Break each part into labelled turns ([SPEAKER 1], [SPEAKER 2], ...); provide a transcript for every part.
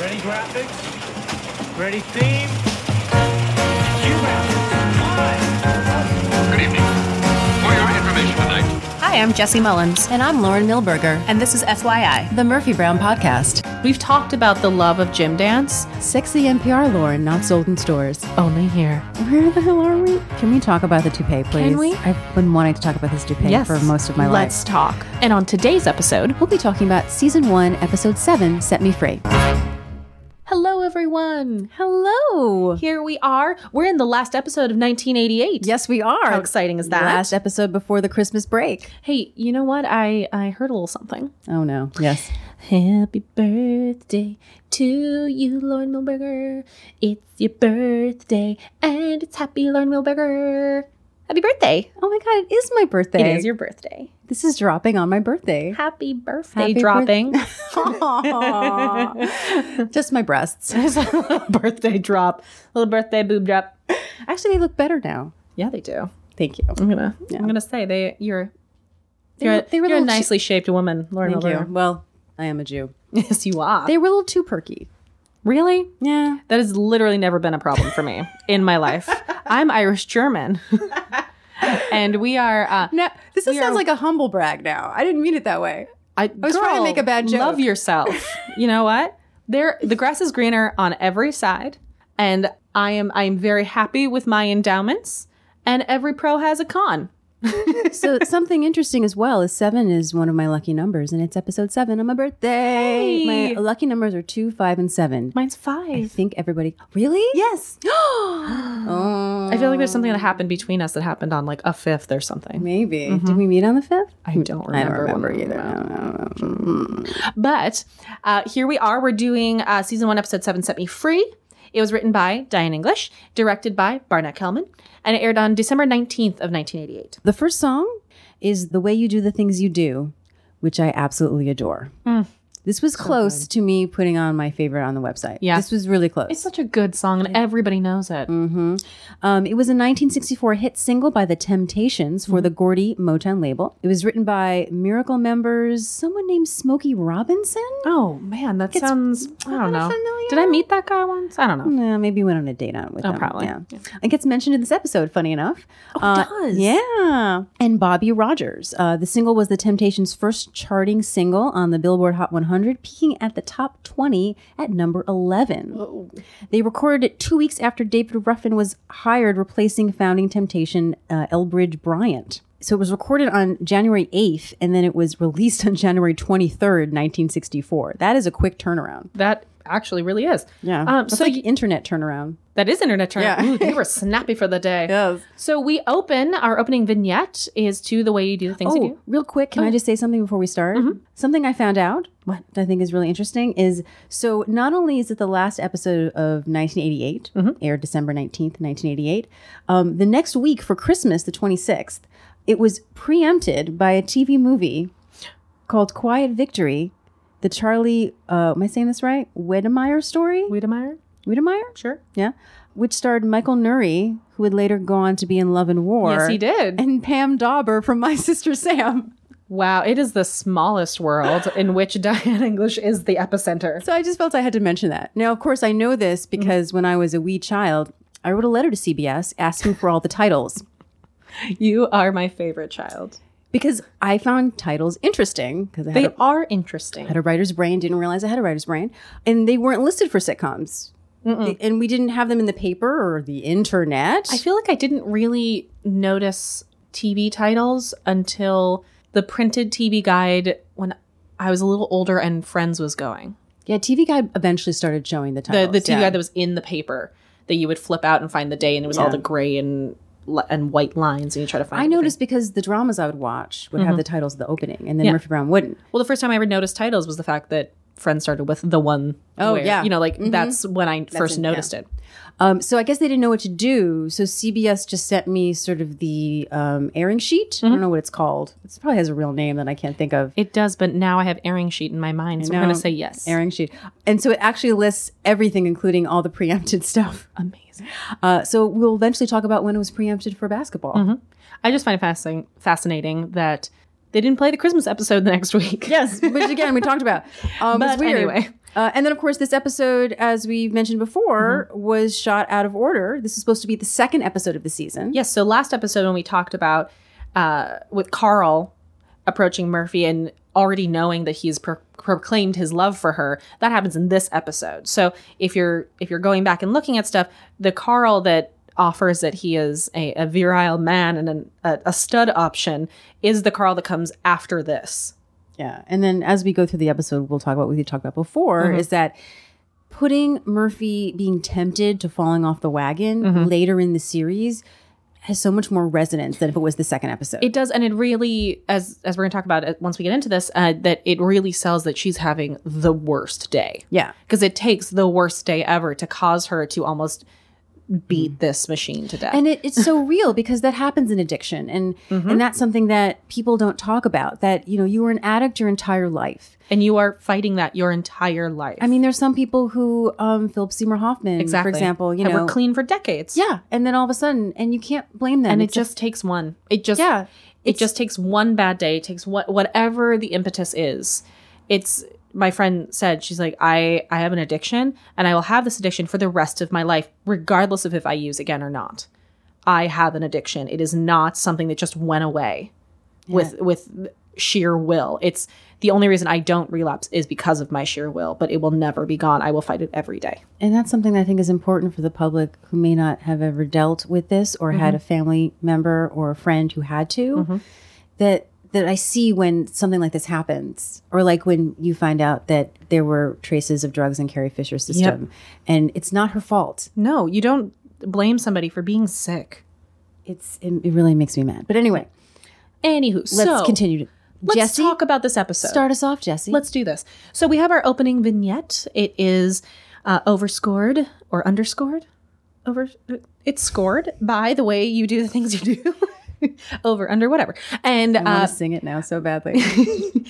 [SPEAKER 1] Ready graphics? Ready theme? Cue graphics. Live.
[SPEAKER 2] Good evening. For your information tonight,
[SPEAKER 3] Hi, I'm Jesse Mullins.
[SPEAKER 4] And I'm Lauren Milberger,
[SPEAKER 3] And this is FYI.
[SPEAKER 4] the Murphy Brown Podcast.
[SPEAKER 3] We've talked about the love of gym dance.
[SPEAKER 4] Sexy NPR Lauren, not sold in stores.
[SPEAKER 3] Only here.
[SPEAKER 4] Where the hell are we? Can we talk about the toupee, please?
[SPEAKER 3] we?
[SPEAKER 4] I've been wanting to talk about this toupee for most of my
[SPEAKER 3] Let's
[SPEAKER 4] life.
[SPEAKER 3] talk. And on today's episode,
[SPEAKER 4] We'll be talking about season one, episode seven, Set Me Free.
[SPEAKER 3] hello everyone.
[SPEAKER 4] Hello.
[SPEAKER 3] Here we are. We're in the last episode of 1988.
[SPEAKER 4] Yes, we are.
[SPEAKER 3] How exciting is that?
[SPEAKER 4] Last episode before the Christmas break.
[SPEAKER 3] Hey, you know what? I I heard a little something.
[SPEAKER 4] Oh, no. Yes.
[SPEAKER 3] Happy birthday to you, Lauren Milberger. It's your birthday, and it's happy, Lauren Milberger. Happy birthday!
[SPEAKER 4] Oh, my God. It is my birthday.
[SPEAKER 3] It is your birthday.
[SPEAKER 4] this is dropping on my birthday.
[SPEAKER 3] Happy birthday!
[SPEAKER 4] Happy birth-
[SPEAKER 3] dropping.
[SPEAKER 4] Aw. Just my breasts.
[SPEAKER 3] It's a little birthday drop, little birthday boob drop.
[SPEAKER 4] Actually, they look better now.
[SPEAKER 3] Yeah, they do.
[SPEAKER 4] Thank you.
[SPEAKER 3] I'm gonna,
[SPEAKER 4] Yeah.
[SPEAKER 3] I'm gonna say they. You're,
[SPEAKER 4] They
[SPEAKER 3] you're,
[SPEAKER 4] were- they were
[SPEAKER 3] you're a
[SPEAKER 4] little chi-
[SPEAKER 3] nicely shaped woman, Lauren.
[SPEAKER 4] Thank you.
[SPEAKER 3] Mulder.
[SPEAKER 4] Well, I am a Jew.
[SPEAKER 3] Yes, you are.
[SPEAKER 4] They were a little too perky.
[SPEAKER 3] really?
[SPEAKER 4] Yeah.
[SPEAKER 3] That has literally never been a problem for me in my life. I'm Irish German, and we are. Uh,
[SPEAKER 4] No, this just
[SPEAKER 3] We
[SPEAKER 4] sounds
[SPEAKER 3] are-
[SPEAKER 4] like a humble brag now. I didn't mean it that way.
[SPEAKER 3] I,
[SPEAKER 4] was trying to
[SPEAKER 3] girl,
[SPEAKER 4] make a bad joke.
[SPEAKER 3] Love yourself. you know what? There, the grass is greener on every side, and I am. I am very happy with my endowments. And every pro has a con.
[SPEAKER 4] So something interesting as well is seven is one of my lucky numbers, and it's episode seven on my birthday.
[SPEAKER 3] Hey.
[SPEAKER 4] My lucky numbers are two, five, and seven.
[SPEAKER 3] Mine's
[SPEAKER 4] I
[SPEAKER 3] five.
[SPEAKER 4] think everybody really?
[SPEAKER 3] Yes.
[SPEAKER 4] Oh,
[SPEAKER 3] I feel like there's something
[SPEAKER 4] Um,
[SPEAKER 3] that happened between us that happened on like a fifth or something.
[SPEAKER 4] maybe. Did we meet on the fifth?
[SPEAKER 3] I don't remember.
[SPEAKER 4] Mm-hmm. I don't remember
[SPEAKER 3] when we
[SPEAKER 4] either.
[SPEAKER 3] met.
[SPEAKER 4] I don't know.
[SPEAKER 3] But uh, here we are. We're doing uh, season one, episode seven, Set Me Free. It was written by Diane English, directed by Barnett Kellman, and it aired on December 19th of 1988.
[SPEAKER 4] The first song is The Way You Do the Things You Do, which I absolutely adore. This was close to me putting on my favorite on the website.
[SPEAKER 3] Yeah.
[SPEAKER 4] This was really close.
[SPEAKER 3] It's such a good song, and everybody knows it.
[SPEAKER 4] Um, it was a 1964 hit single by The Temptations for the Gordy Motown label. It was written by Miracle members, someone named Smokey Robinson.
[SPEAKER 3] Oh, man, that sounds, I don't
[SPEAKER 4] kinda
[SPEAKER 3] know.
[SPEAKER 4] familiar.
[SPEAKER 3] Did I meet that guy once? I don't know.
[SPEAKER 4] Nah, Uh, maybe went on a date on with
[SPEAKER 3] Oh,
[SPEAKER 4] them.
[SPEAKER 3] probably.
[SPEAKER 4] Yeah. It gets mentioned in this episode, funny enough. Oh,
[SPEAKER 3] it does.
[SPEAKER 4] Yeah. And Bobby Rogers. Uh, the single was The Temptations' first charting single on the Billboard Hot 100, peaking at the top 20 at number 11. They recorded it two weeks after David Ruffin was hired, replacing founding Temptation uh, Elbridge Bryant. So it was recorded on January 8th, and then it was released on January 23rd, 1964. That is a quick turnaround.
[SPEAKER 3] That actually really is.
[SPEAKER 4] Yeah.
[SPEAKER 3] Um,
[SPEAKER 4] That's
[SPEAKER 3] so
[SPEAKER 4] like
[SPEAKER 3] y-
[SPEAKER 4] internet turnaround.
[SPEAKER 3] that is internet turn.
[SPEAKER 4] Yeah.
[SPEAKER 3] Ooh, they were snappy for the day.
[SPEAKER 4] Yes.
[SPEAKER 3] So we open, our opening vignette is to The Way You Do the Things You
[SPEAKER 4] Oh,
[SPEAKER 3] Do. Mm-hmm.
[SPEAKER 4] real quick, can I just say something before we start? Something I found out, what I think is really interesting, is so not only is it the last episode of 1988,
[SPEAKER 3] Mm-hmm.
[SPEAKER 4] aired December 19th, 1988, um, the next week for Christmas, the 26th, it was preempted by a TV movie called Quiet Victory, the Charlie, uh, am I saying this right? Wedemeyer story?
[SPEAKER 3] Wiedemeyer?
[SPEAKER 4] Wedemeyer?
[SPEAKER 3] Sure.
[SPEAKER 4] Yeah. Which starred Michael Nuri, who would later go on to be in Love and War.
[SPEAKER 3] Yes, he did.
[SPEAKER 4] And Pam Dauber from My Sister Sam.
[SPEAKER 3] Wow, it is the smallest world in which Diane English is the epicenter.
[SPEAKER 4] So I just felt I had to mention that. Now, of course, I know this
[SPEAKER 3] Mm-hmm.
[SPEAKER 4] because when I was a wee child, I wrote a letter to CBS asking for all the titles
[SPEAKER 3] You are my favorite child.
[SPEAKER 4] because I found titles interesting because I had,
[SPEAKER 3] They
[SPEAKER 4] a,
[SPEAKER 3] are interesting.
[SPEAKER 4] had a writer's brain, didn't realize I had a writer's brain, and they weren't listed for sitcoms. They- and we didn't have them in the paper or the internet.
[SPEAKER 3] I feel like I didn't really notice TV titles until the printed TV guide when I was a little older and Friends was going.
[SPEAKER 4] yeah, TV Guide eventually started showing the
[SPEAKER 3] The,
[SPEAKER 4] titles.
[SPEAKER 3] the TV
[SPEAKER 4] yeah.
[SPEAKER 3] guide that was in the paper that you would flip out and find the day, and it was all the gray and le- and white lines, and you try to find.
[SPEAKER 4] I
[SPEAKER 3] everything.
[SPEAKER 4] noticed because the dramas I would watch would have the titles of the opening, and then
[SPEAKER 3] Mm-hmm. Yeah.
[SPEAKER 4] Murphy Brown wouldn't.
[SPEAKER 3] Well, the first time I ever noticed titles was the fact that Friends started with the one.
[SPEAKER 4] Oh,
[SPEAKER 3] where-
[SPEAKER 4] yeah.
[SPEAKER 3] you know, like Mm-hmm. that's when I first
[SPEAKER 4] it, yeah.
[SPEAKER 3] noticed it.
[SPEAKER 4] Um, so I guess they didn't know what to do. So CBS just sent me sort of the um, airing sheet. I
[SPEAKER 3] Mm-hmm.
[SPEAKER 4] don't know what it's called. It probably has a real name that I can't think of.
[SPEAKER 3] It does, but now I have airing sheet in my mind, so we're
[SPEAKER 4] know.
[SPEAKER 3] gonna say yes.
[SPEAKER 4] Airing sheet. And so it actually lists everything, including all the preempted stuff.
[SPEAKER 3] Amazing.
[SPEAKER 4] Uh, so we'll eventually talk about when it was preempted for basketball.
[SPEAKER 3] I just find it fascinating, fascinating that they didn't play the Christmas episode the next week.
[SPEAKER 4] Yes, which again we talked about. Um,
[SPEAKER 3] but
[SPEAKER 4] it's weird.
[SPEAKER 3] anyway,
[SPEAKER 4] Uh, and then, of course, this episode, as we've mentioned before,
[SPEAKER 3] Mm-hmm.
[SPEAKER 4] was shot out of order. This is supposed to be the second episode of the season.
[SPEAKER 3] Yes. So last episode when we talked about uh, with Carl approaching Murphy and already knowing that he's pro- proclaimed his love for her, that happens in this episode. So if you're if you're going back and looking at stuff, the Carl that offers that he is a, a virile man and an, a, a stud option is the Carl that comes after this.
[SPEAKER 4] Yeah. And then, as we go through the episode, we'll talk about what we talked about before
[SPEAKER 3] Mm-hmm.
[SPEAKER 4] is that putting Murphy being tempted to falling off the wagon
[SPEAKER 3] Mm-hmm.
[SPEAKER 4] later in the series has so much more resonance than if it was the second episode.
[SPEAKER 3] It does, and it really, as as we're going to talk about it once we get into this, uh, that it really sells that she's having the worst day.
[SPEAKER 4] yeah.
[SPEAKER 3] because it takes the worst day ever to cause her to almost beat this machine to death.
[SPEAKER 4] Mm. And it, it's so real because that happens in addiction. And,
[SPEAKER 3] Mm-hmm.
[SPEAKER 4] and that's something that people don't talk about that, you know, you were an addict your entire life.
[SPEAKER 3] and you are fighting that your entire life.
[SPEAKER 4] I mean, there's some people who, um, Philip Seymour Hoffman, for example, you
[SPEAKER 3] and
[SPEAKER 4] know,
[SPEAKER 3] we're clean for decades.
[SPEAKER 4] yeah. And then all of a sudden, and you can't blame them.
[SPEAKER 3] and it
[SPEAKER 4] It's a-
[SPEAKER 3] just takes one. It just
[SPEAKER 4] Yeah,
[SPEAKER 3] It
[SPEAKER 4] it's-
[SPEAKER 3] just takes one bad day. It takes what whatever the impetus is. It's my friend said she's like I I have an addiction and I will have this addiction for the rest of my life regardless of if I use again or not. I have an addiction. It is not something that just went away with with sheer will. It's the only reason I don't relapse is because of my sheer will, but it will never be gone. I will fight it every day.
[SPEAKER 4] And that's something that I think is important for the public who may not have ever dealt with this or
[SPEAKER 3] Mm-hmm.
[SPEAKER 4] had a family member or a friend who had to. That that I see when something like this happens, or like when you find out that there were traces of drugs in Carrie Fisher's system, and it's not her fault.
[SPEAKER 3] No, you don't blame somebody for being sick.
[SPEAKER 4] It's it, it really makes me mad. But anyway,
[SPEAKER 3] Anywho,
[SPEAKER 4] let's
[SPEAKER 3] so
[SPEAKER 4] continue. To,
[SPEAKER 3] Let's
[SPEAKER 4] Jesse,
[SPEAKER 3] talk about this episode.
[SPEAKER 4] start us off, Jesse.
[SPEAKER 3] Let's do this. So we have our opening vignette. It is uh, overscored or underscored. Over, it's scored by the way you do the things you do. Over, under, whatever. And
[SPEAKER 4] I
[SPEAKER 3] uh,
[SPEAKER 4] want to sing it now so badly.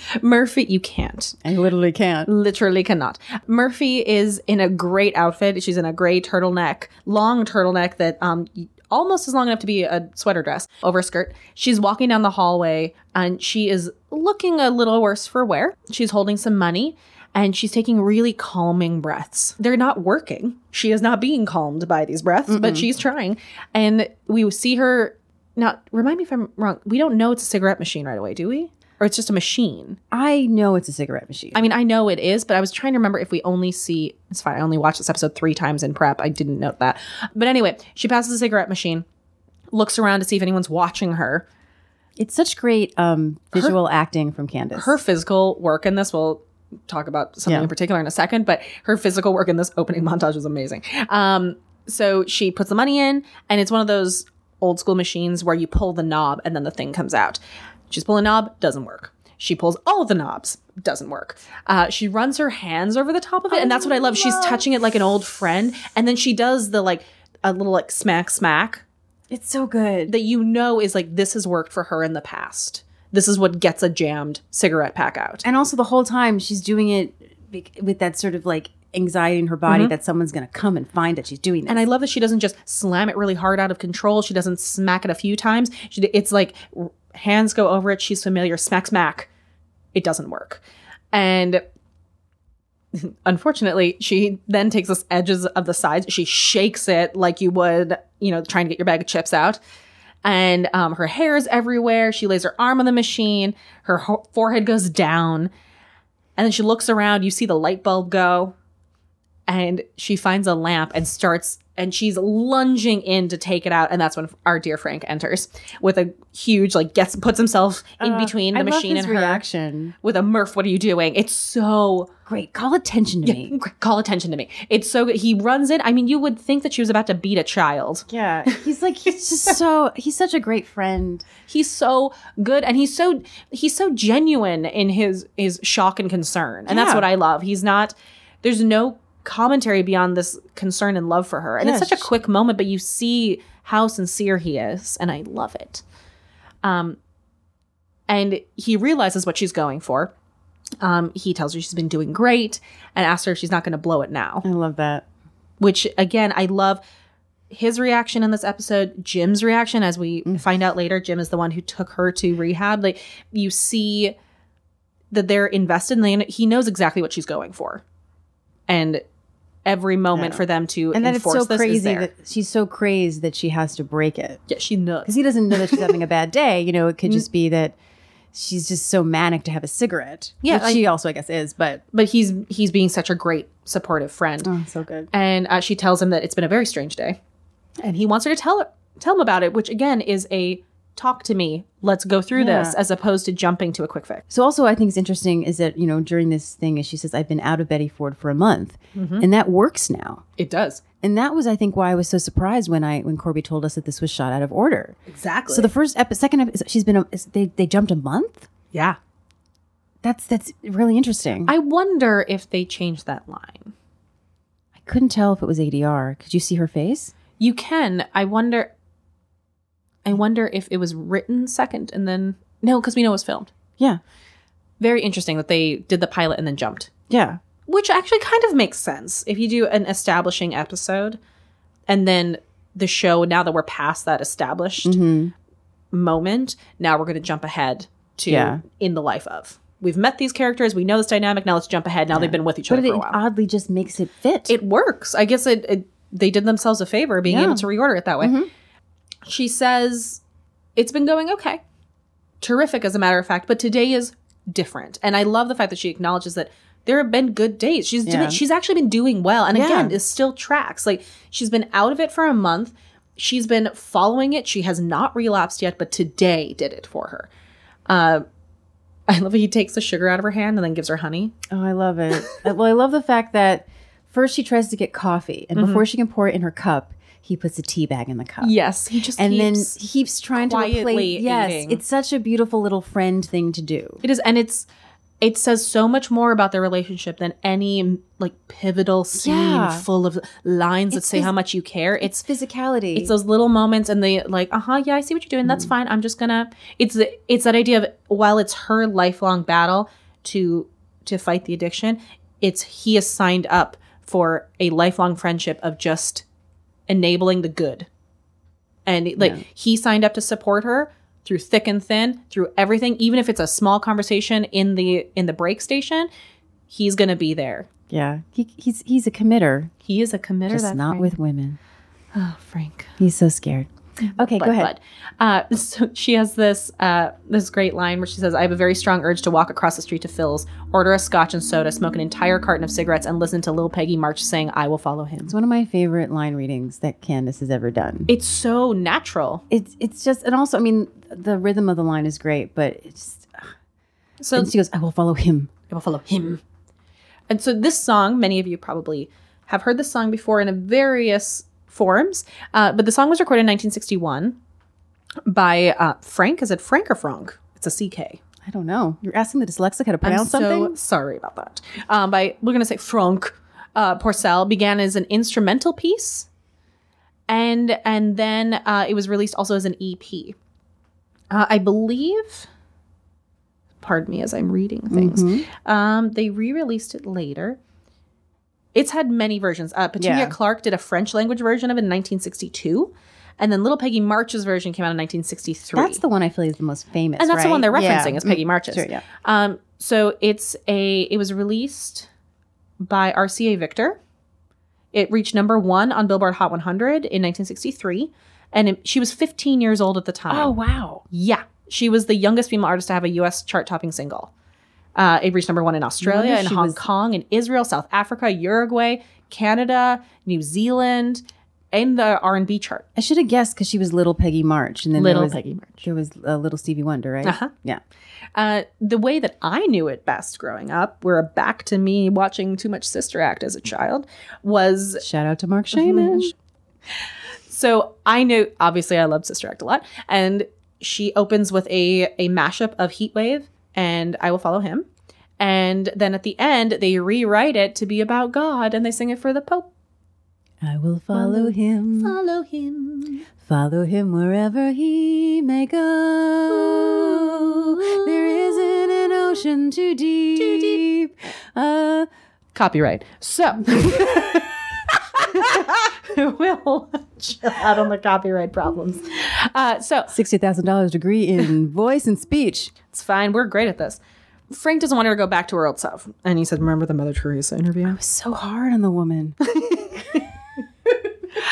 [SPEAKER 3] Murphy, you can't.
[SPEAKER 4] I literally can't.
[SPEAKER 3] Literally cannot. Murphy is in a great outfit. She's in a gray turtleneck, long turtleneck that um almost is long enough to be a sweater dress over a skirt. She's walking down the hallway and she is looking a little worse for wear. She's holding some money and she's taking really calming breaths. They're not working. She is not being calmed by these breaths, but she's trying. And we see her now remind me if I'm wrong. We don't know it's a cigarette machine right away, do we? Or it's just a machine.
[SPEAKER 4] I know it's a cigarette machine.
[SPEAKER 3] I mean, I know it is, but I was trying to remember if we only see. It's fine. I only watched this episode three times in prep. I didn't note that. But anyway, she passes the cigarette machine, looks around to see if anyone's watching her.
[SPEAKER 4] it's such great um, visual acting from Candace.
[SPEAKER 3] Her physical work in this, we'll talk about something
[SPEAKER 4] Yeah.
[SPEAKER 3] in particular in a second, but her physical work in this opening montage was amazing. Um, so she puts the money in, and it's one of those old school machines where you pull the knob and then the thing comes out. She's pulling a knob, doesn't work. She pulls all the knobs, doesn't work. Uh, she runs her hands over the top of it, and that's what I love. She's touching it like an old friend, and then she does the like a little like smack smack
[SPEAKER 4] it's so good.
[SPEAKER 3] that you know is like this has worked for her in the past. This is what gets a jammed cigarette pack out.
[SPEAKER 4] and also the whole time she's doing it bec- with that sort of like anxiety in her body that someone's gonna come and find that she's doing this.
[SPEAKER 3] Mm-hmm. And I love that she doesn't just slam it really hard out of control. She doesn't smack it a few times. She, it's like r- hands go over it. She's familiar. Smack, smack. It doesn't work. And unfortunately, she then takes this edges of the sides. She shakes it like you would, you know, trying to get your bag of chips out. And um, her hair is everywhere. She lays her arm on the machine. Her ho- forehead goes down. And then she looks around. You see the light bulb go and she finds a lamp and starts and she's lunging in to take it out and that's when our dear frank enters with a huge like gets puts himself in between
[SPEAKER 4] Uh,
[SPEAKER 3] the
[SPEAKER 4] I love
[SPEAKER 3] machine
[SPEAKER 4] his
[SPEAKER 3] and her
[SPEAKER 4] reaction.
[SPEAKER 3] with a murph what are you doing it's so
[SPEAKER 4] Great, call attention to me.
[SPEAKER 3] call attention to me it's so good he runs in i mean you would think that she was about to beat a child
[SPEAKER 4] Yeah, he's like he's just so he's such a great friend.
[SPEAKER 3] he's so good and he's so he's so genuine in his his shock and concern and that's
[SPEAKER 4] Yeah.
[SPEAKER 3] what i love he's not there's no commentary beyond this concern and love for her and
[SPEAKER 4] Yeah,
[SPEAKER 3] it's such a
[SPEAKER 4] she-
[SPEAKER 3] quick moment but you see how sincere he is and i love it um and he realizes what she's going for um he tells her she's been doing great and asks her if she's not going to blow it now
[SPEAKER 4] I love that.
[SPEAKER 3] which again i love his reaction in this episode jim's reaction as we
[SPEAKER 4] Mm-hmm.
[SPEAKER 3] find out later jim is the one who took her to rehab like you see that they're invested in the, he knows exactly what she's going for and every moment for them to
[SPEAKER 4] and then it's
[SPEAKER 3] enforce
[SPEAKER 4] so
[SPEAKER 3] this is
[SPEAKER 4] crazy
[SPEAKER 3] there.
[SPEAKER 4] that she's so crazed that she has to break it
[SPEAKER 3] yeah, she knows.
[SPEAKER 4] because he doesn't know that she's having a bad day. You know, it
[SPEAKER 3] Mm-hmm.
[SPEAKER 4] could just be that she's just so manic to have a cigarette.
[SPEAKER 3] Yeah,
[SPEAKER 4] which she also, I guess, is. But
[SPEAKER 3] But he's he's being such a great supportive friend.
[SPEAKER 4] oh, so good.
[SPEAKER 3] and uh, she tells him that it's been a very strange day, and he wants her to tell her, tell him about it, which again is a talk to me, let's go through this, as opposed to jumping to a quick fix.
[SPEAKER 4] So also, I think is interesting is that you know during this thing, is she says, "I've been out of Betty Ford for a month,"
[SPEAKER 3] Mm-hmm.
[SPEAKER 4] and that works now.
[SPEAKER 3] It does
[SPEAKER 4] And that was, I think, why I was so surprised when I when Corby told us that this was shot out of order.
[SPEAKER 3] exactly.
[SPEAKER 4] So the first epi- second episode, she's been a, is- they they jumped a month.
[SPEAKER 3] yeah,
[SPEAKER 4] That's that's really interesting. I,
[SPEAKER 3] I wonder if they changed that line.
[SPEAKER 4] I couldn't tell if it was ADR. Could you see her face?
[SPEAKER 3] You can. I wonder. I wonder if it was written second and then no, because we know it was filmed.
[SPEAKER 4] Yeah,
[SPEAKER 3] Very interesting that they did the pilot and then jumped.
[SPEAKER 4] yeah.
[SPEAKER 3] which actually kind of makes sense if you do an establishing episode and then the show now that we're past that established
[SPEAKER 4] Mm-hmm.
[SPEAKER 3] moment now we're going to jump ahead to
[SPEAKER 4] Yeah.
[SPEAKER 3] in the life of we've met these characters we know this dynamic now let's jump ahead now they've been with each other
[SPEAKER 4] But it
[SPEAKER 3] for a while
[SPEAKER 4] oddly just makes it fit.
[SPEAKER 3] it works i guess it, it they did themselves a favor being
[SPEAKER 4] Yeah.
[SPEAKER 3] able to reorder it that way she says it's been going okay terrific as a matter of fact but today is different and i love the fact that she acknowledges that there have been good days she's doing-
[SPEAKER 4] Yeah.
[SPEAKER 3] she's actually been doing well and again
[SPEAKER 4] Yeah.
[SPEAKER 3] it still tracks like she's been out of it for a month she's been following it she has not relapsed yet but today did it for her uh, i love that he takes the sugar out of her hand and then gives her honey
[SPEAKER 4] Oh, I love it. Uh, well, I love the fact that first she tries to get coffee, and
[SPEAKER 3] Mm-hmm.
[SPEAKER 4] before she can pour it in her cup, he puts a tea bag in the cup.
[SPEAKER 3] yes he just
[SPEAKER 4] And then
[SPEAKER 3] keeps-
[SPEAKER 4] he keeps trying to
[SPEAKER 3] quietly
[SPEAKER 4] replace. Yes,
[SPEAKER 3] eating.
[SPEAKER 4] it's such a beautiful little friend thing to do.
[SPEAKER 3] It is, and it's it says so much more about their relationship than any like pivotal scene
[SPEAKER 4] Yeah.
[SPEAKER 3] full of lines that
[SPEAKER 4] It's
[SPEAKER 3] say
[SPEAKER 4] phys-
[SPEAKER 3] how much you care. It's
[SPEAKER 4] It's physicality.
[SPEAKER 3] it's those little moments and they like, uh huh, yeah, I see what you're doing. That's fine. I'm just gonna. It's the it's that idea of while it's her lifelong battle to to fight the addiction, it's he is signed up for a lifelong friendship of just enabling the good, and like he signed up to support her through thick and thin, through everything, even if it's a small conversation in the in the break station, he's gonna be there.
[SPEAKER 4] yeah, he, he's he's a committer,
[SPEAKER 3] He is a committer.
[SPEAKER 4] just
[SPEAKER 3] that
[SPEAKER 4] not
[SPEAKER 3] Frank.
[SPEAKER 4] with women.
[SPEAKER 3] oh, Frank.
[SPEAKER 4] He's so scared. Okay, go ahead.
[SPEAKER 3] Mm-hmm. But, uh, so she has this uh, this great line where she says, "I have a very strong urge to walk across the street to Phil's, order a scotch and soda, smoke an entire carton of cigarettes, and listen to Lil Peggy March saying I will follow him."
[SPEAKER 4] It's one of my favorite line readings that Candace has ever done.
[SPEAKER 3] It's so natural.
[SPEAKER 4] It's it's just and also I mean the rhythm of the line is great, but it's
[SPEAKER 3] So
[SPEAKER 4] and she goes, "I will follow him."
[SPEAKER 3] I will follow him. And so this song, many of you probably have heard this song before in a various forms, uh, but the song was recorded in 1961 by uh, Frank. Is it Frank or Frank? It's a CK.
[SPEAKER 4] I don't know. You're asking the dyslexic how to
[SPEAKER 3] I'm
[SPEAKER 4] pronounce something.
[SPEAKER 3] so sorry about that. Um, by we're gonna say Franck uh, Porcel began as an instrumental piece, and and then uh, it was released also as an EP. Uh, I believe. Pardon me as I'm reading things.
[SPEAKER 4] Mm-hmm.
[SPEAKER 3] Um, they re-released it later. It's had many versions. Uh, Petunia
[SPEAKER 4] Yeah.
[SPEAKER 3] Clark did a French language version of it in 1962, and then Little Peggy March's version came out in 1963
[SPEAKER 4] That's the one I feel is the most famous.
[SPEAKER 3] and that's the one they're
[SPEAKER 4] right? Yeah.
[SPEAKER 3] referencing is Peggy March's.
[SPEAKER 4] Sure, yeah.
[SPEAKER 3] Um, so it's a it was released by RCA Victor. It reached number one on Billboard Hot 100 in 1963, and it- she was 15 years old at the time.
[SPEAKER 4] Oh wow!
[SPEAKER 3] yeah, she was the youngest female artist to have a U.S. chart-topping single. Uh, it reached number one in Australia,
[SPEAKER 4] wonder
[SPEAKER 3] in
[SPEAKER 4] she
[SPEAKER 3] Hong
[SPEAKER 4] was-
[SPEAKER 3] Kong, in Israel, South Africa, Uruguay, Canada, New Zealand, and the R&B chart.
[SPEAKER 4] I should have guessed because she was Little Peggy March, and then there was,
[SPEAKER 3] March.
[SPEAKER 4] There was uh, Little Stevie Wonder, right?
[SPEAKER 3] Uh-huh.
[SPEAKER 4] Yeah.
[SPEAKER 3] Uh, the way that I knew it best growing up, we're back to me watching too much Sister Act as a child, was
[SPEAKER 4] Shout out to Mark Shamish.
[SPEAKER 3] so I knew obviously I loved Sister Act a lot, and she opens with a a mashup of Heatwave and I Will Follow Him, and then at the end they rewrite it to be about God and they sing it for the Pope.
[SPEAKER 4] I will follow him,
[SPEAKER 3] Follow him.
[SPEAKER 4] follow him wherever he may go. There isn't an ocean too deep. Too deep. Uh,
[SPEAKER 3] Copyright. So. we'll chill out on the copyright problems. Uh, so
[SPEAKER 4] Sixty thousand dollars degree in voice and speech.
[SPEAKER 3] It's fine. We're great at this. Frank doesn't want her to go back to her old self. And he said, Remember the Mother Teresa interview?
[SPEAKER 4] So hard on the woman.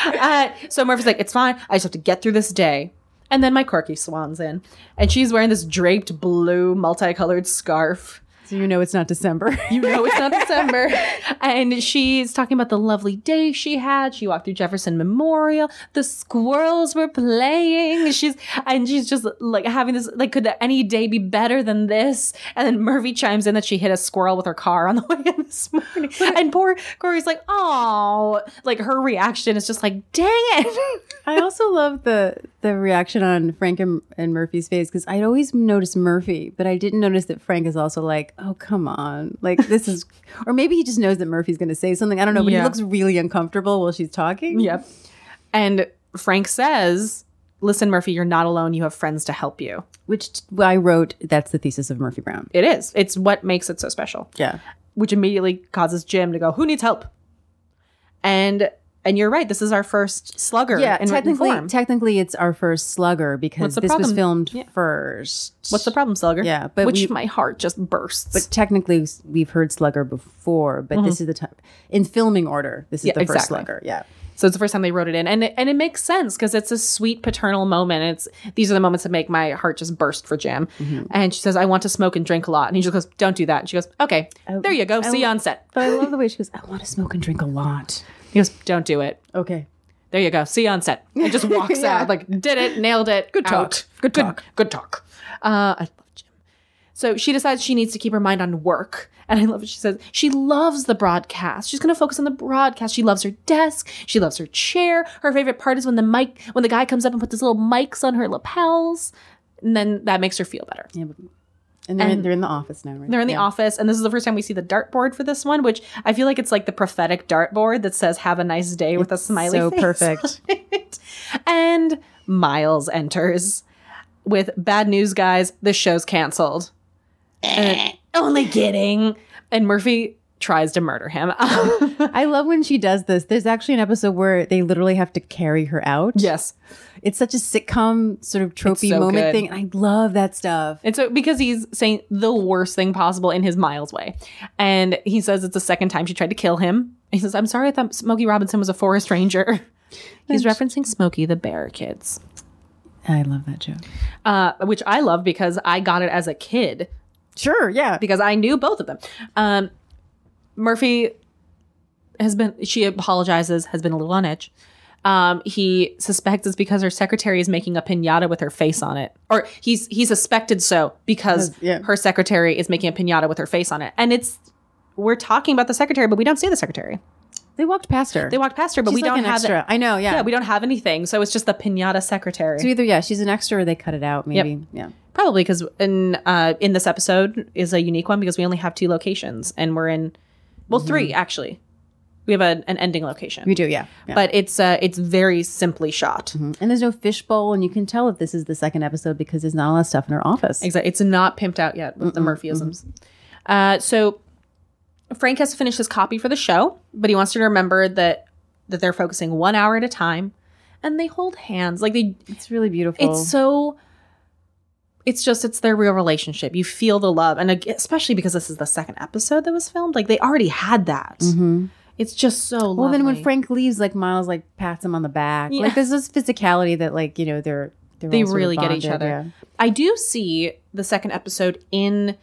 [SPEAKER 3] Uh, so Murphy's like, It's fine. I just have to get through this day. And then my quirky swan's in. And she's wearing this draped blue, multicolored scarf.
[SPEAKER 4] so you know it's not December.
[SPEAKER 3] You know it's not December. And she's talking about the lovely day she had. She walked through Jefferson Memorial. The squirrels were playing. She's and she's just like having this like could any day be better than this? And then Murphy chimes in that she hit a squirrel with her car on the way in this morning. And poor Corey's like, oh, like her reaction is just like, dang it.
[SPEAKER 4] I also love the the reaction on Frank and, and Murphy's face because I'd always noticed Murphy, but I didn't notice that Frank is also like, "Oh, come on!" Like this is, or maybe he just knows that Murphy's going to say something. I don't know, but
[SPEAKER 3] Yeah.
[SPEAKER 4] he looks really uncomfortable while she's talking.
[SPEAKER 3] Yep. And Frank says, listen, Murphy, you're not alone. You have friends to help you.
[SPEAKER 4] which t- I wrote. That's the thesis of Murphy Brown.
[SPEAKER 3] It is. It's what makes it so special.
[SPEAKER 4] Yeah,
[SPEAKER 3] which immediately causes Jim to go, "Who needs help?" And and you're right. This is our first slugger.
[SPEAKER 4] yeah.
[SPEAKER 3] in written
[SPEAKER 4] technically,
[SPEAKER 3] form.
[SPEAKER 4] technically, it's our first slugger
[SPEAKER 3] What's
[SPEAKER 4] because
[SPEAKER 3] the
[SPEAKER 4] this was
[SPEAKER 3] problem?
[SPEAKER 4] filmed first.
[SPEAKER 3] What's the problem, slugger?
[SPEAKER 4] Yeah, but
[SPEAKER 3] which
[SPEAKER 4] we-
[SPEAKER 3] my heart just bursts.
[SPEAKER 4] But technically, s- we've heard Slugger before, but this is the time in filming order. This is
[SPEAKER 3] Mm-hmm. Yeah,
[SPEAKER 4] the first
[SPEAKER 3] exactly.
[SPEAKER 4] Slugger. Yeah,
[SPEAKER 3] so it's the first time they wrote it in, and it, and it makes sense because it's a sweet paternal moment. It's these are the moments that make my heart just burst for Jim.
[SPEAKER 4] Mm-hmm.
[SPEAKER 3] And she says, "I want to smoke and drink a lot," and he just goes, "Don't do that." And she goes, "Okay,
[SPEAKER 4] Oh,
[SPEAKER 3] there you go. See you on set."
[SPEAKER 4] but I love the way she goes. I want to smoke and drink a lot.
[SPEAKER 3] He goes, "Don't do it."
[SPEAKER 4] Okay.
[SPEAKER 3] There you go. See you on set. And just walks
[SPEAKER 4] Yeah.
[SPEAKER 3] out. Like, did it, nailed it. Good
[SPEAKER 4] talk.
[SPEAKER 3] Good, talk. Good, talk. Uh, I love Jim. So she decides she needs to keep her mind on work. And I love what she says. She loves the broadcast. She's going to focus on the broadcast. She loves her desk. She loves her chair. Her favorite part is when the mic, when the guy comes up and puts his little mics on her lapels. And then that makes her feel better.
[SPEAKER 4] Yeah, but, and they're, they're in the office now, right?
[SPEAKER 3] They're in the
[SPEAKER 4] Yeah.
[SPEAKER 3] office, and this is the first time we see the dartboard for this one, which I feel like it's like the prophetic dartboard that says "Have a nice day" with a smiley
[SPEAKER 4] So
[SPEAKER 3] face
[SPEAKER 4] perfect.
[SPEAKER 3] it. And Miles enters with bad news, guys. The show's canceled.
[SPEAKER 4] Eh.
[SPEAKER 3] And- only kidding. And Murphy tries to murder him. Um,
[SPEAKER 4] I love when she does this. There's actually an episode where they literally have to carry her out.
[SPEAKER 3] yes.
[SPEAKER 4] It's such a sitcom sort of tropey
[SPEAKER 3] so
[SPEAKER 4] moment
[SPEAKER 3] good.
[SPEAKER 4] thing. I love that stuff.
[SPEAKER 3] And so because he's saying the worst thing possible in his Miles way. And he says it's the second time she tried to kill him. He says, I'm sorry I thought Smokey Robinson was a forest ranger. He's referencing Smokey the Bear, kids.
[SPEAKER 4] I love that joke.
[SPEAKER 3] Uh, which I love because I got it as a kid.
[SPEAKER 4] Sure, yeah.
[SPEAKER 3] because I knew both of them. Um, Murphy has been, she apologizes, has been a little on edge. Um, he suspects it's because her secretary is making a pinata with her face on it, or he's he suspected so because
[SPEAKER 4] Yeah.
[SPEAKER 3] her secretary is making a pinata with her face on it, and it's we're talking about the secretary, but we don't see the secretary.
[SPEAKER 4] They walked past her.
[SPEAKER 3] They walked past her, but
[SPEAKER 4] She's
[SPEAKER 3] we
[SPEAKER 4] like
[SPEAKER 3] don't
[SPEAKER 4] an
[SPEAKER 3] have
[SPEAKER 4] extra. I know, yeah.
[SPEAKER 3] yeah, we don't have anything, so it's just the pinata secretary.
[SPEAKER 4] so either yeah, she's an extra or they cut it out, maybe. Yeah.
[SPEAKER 3] Probably because in uh, in this episode is a unique one because we only have two locations and we're in well three actually. We have a, an ending location,
[SPEAKER 4] Mm-hmm. We do, yeah. yeah. Mm-hmm.
[SPEAKER 3] but it's uh, it's very simply shot.
[SPEAKER 4] and there's no fishbowl, and you can tell that this is the second episode because there's not a lot of stuff in her office.
[SPEAKER 3] Exactly, it's not pimped out yet with the Murphyisms.
[SPEAKER 4] mm-hmm.
[SPEAKER 3] Uh, so Frank has to finish his copy for the show, but he wants to remember that that they're focusing one hour at a time, and they hold hands like they
[SPEAKER 4] It's really beautiful.
[SPEAKER 3] it's so it's just it's their real relationship you feel the love and ag- especially because this is the second episode that was filmed like they already had that it's just so lovely.
[SPEAKER 4] Mm-hmm. Well, then when Frank leaves, like Miles like pats him on the back.
[SPEAKER 3] Yeah.
[SPEAKER 4] Like there's this physicality that like you know they're, they're
[SPEAKER 3] they
[SPEAKER 4] all sort of
[SPEAKER 3] really get each
[SPEAKER 4] bonded,
[SPEAKER 3] other
[SPEAKER 4] yeah.
[SPEAKER 3] i do see the second episode in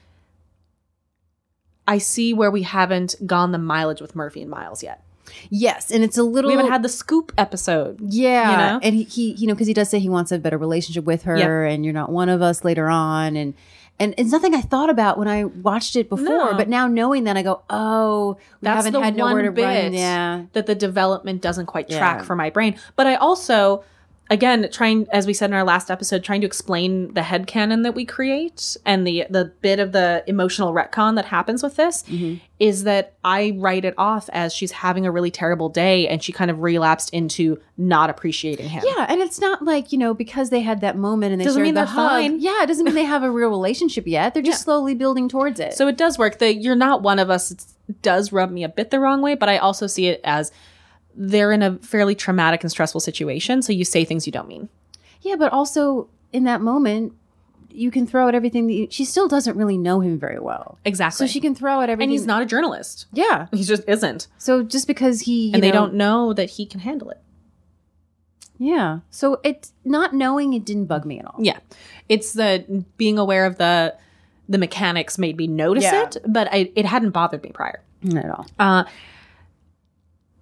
[SPEAKER 3] i see where we haven't gone the mileage with murphy and miles yet
[SPEAKER 4] Yes, and it's a little.
[SPEAKER 3] we haven't had the scoop episode
[SPEAKER 4] yeah,
[SPEAKER 3] you know?
[SPEAKER 4] and he, he you know because he does say he wants a better relationship with her,
[SPEAKER 3] Yeah.
[SPEAKER 4] and you're not one of us later on, and and it's nothing I thought about when I watched it before,
[SPEAKER 3] No.
[SPEAKER 4] but now knowing that I go, oh, we
[SPEAKER 3] That's
[SPEAKER 4] haven't
[SPEAKER 3] the
[SPEAKER 4] had nowhere
[SPEAKER 3] one
[SPEAKER 4] to run.
[SPEAKER 3] bit.
[SPEAKER 4] Yeah,
[SPEAKER 3] that the development doesn't quite
[SPEAKER 4] Yeah.
[SPEAKER 3] track for my brain. But I also, again, trying as we said in our last episode, trying to explain the headcanon that we create and the the bit of the emotional retcon that happens with this
[SPEAKER 4] Mm-hmm.
[SPEAKER 3] is that I write it off as she's having a really terrible day and she kind of relapsed into not appreciating him.
[SPEAKER 4] yeah, and it's not like you know because they had that moment and they
[SPEAKER 3] Doesn't
[SPEAKER 4] shared
[SPEAKER 3] mean
[SPEAKER 4] the
[SPEAKER 3] they're
[SPEAKER 4] hug.
[SPEAKER 3] fine.
[SPEAKER 4] Yeah, it doesn't mean they have a real relationship yet. They're just
[SPEAKER 3] Yeah.
[SPEAKER 4] slowly building towards it.
[SPEAKER 3] So it does work. The you're not one of us it's, does rub me a bit the wrong way, but I also see it as they're in a fairly traumatic and stressful situation, so you say things you don't mean.
[SPEAKER 4] Yeah, but also in that moment, you can throw at everything that you, she still doesn't really know him very well.
[SPEAKER 3] Exactly.
[SPEAKER 4] So she can throw at everything.
[SPEAKER 3] and he's not a journalist.
[SPEAKER 4] Yeah.
[SPEAKER 3] He just isn't.
[SPEAKER 4] So just because he you
[SPEAKER 3] and they
[SPEAKER 4] know-
[SPEAKER 3] don't know that he can handle it.
[SPEAKER 4] Yeah. So it not knowing it didn't bug me at all.
[SPEAKER 3] Yeah. It's the being aware of the the mechanics made me notice
[SPEAKER 4] Yeah.
[SPEAKER 3] it, but I, it hadn't bothered me prior.
[SPEAKER 4] Not Mm, at all.
[SPEAKER 3] Uh,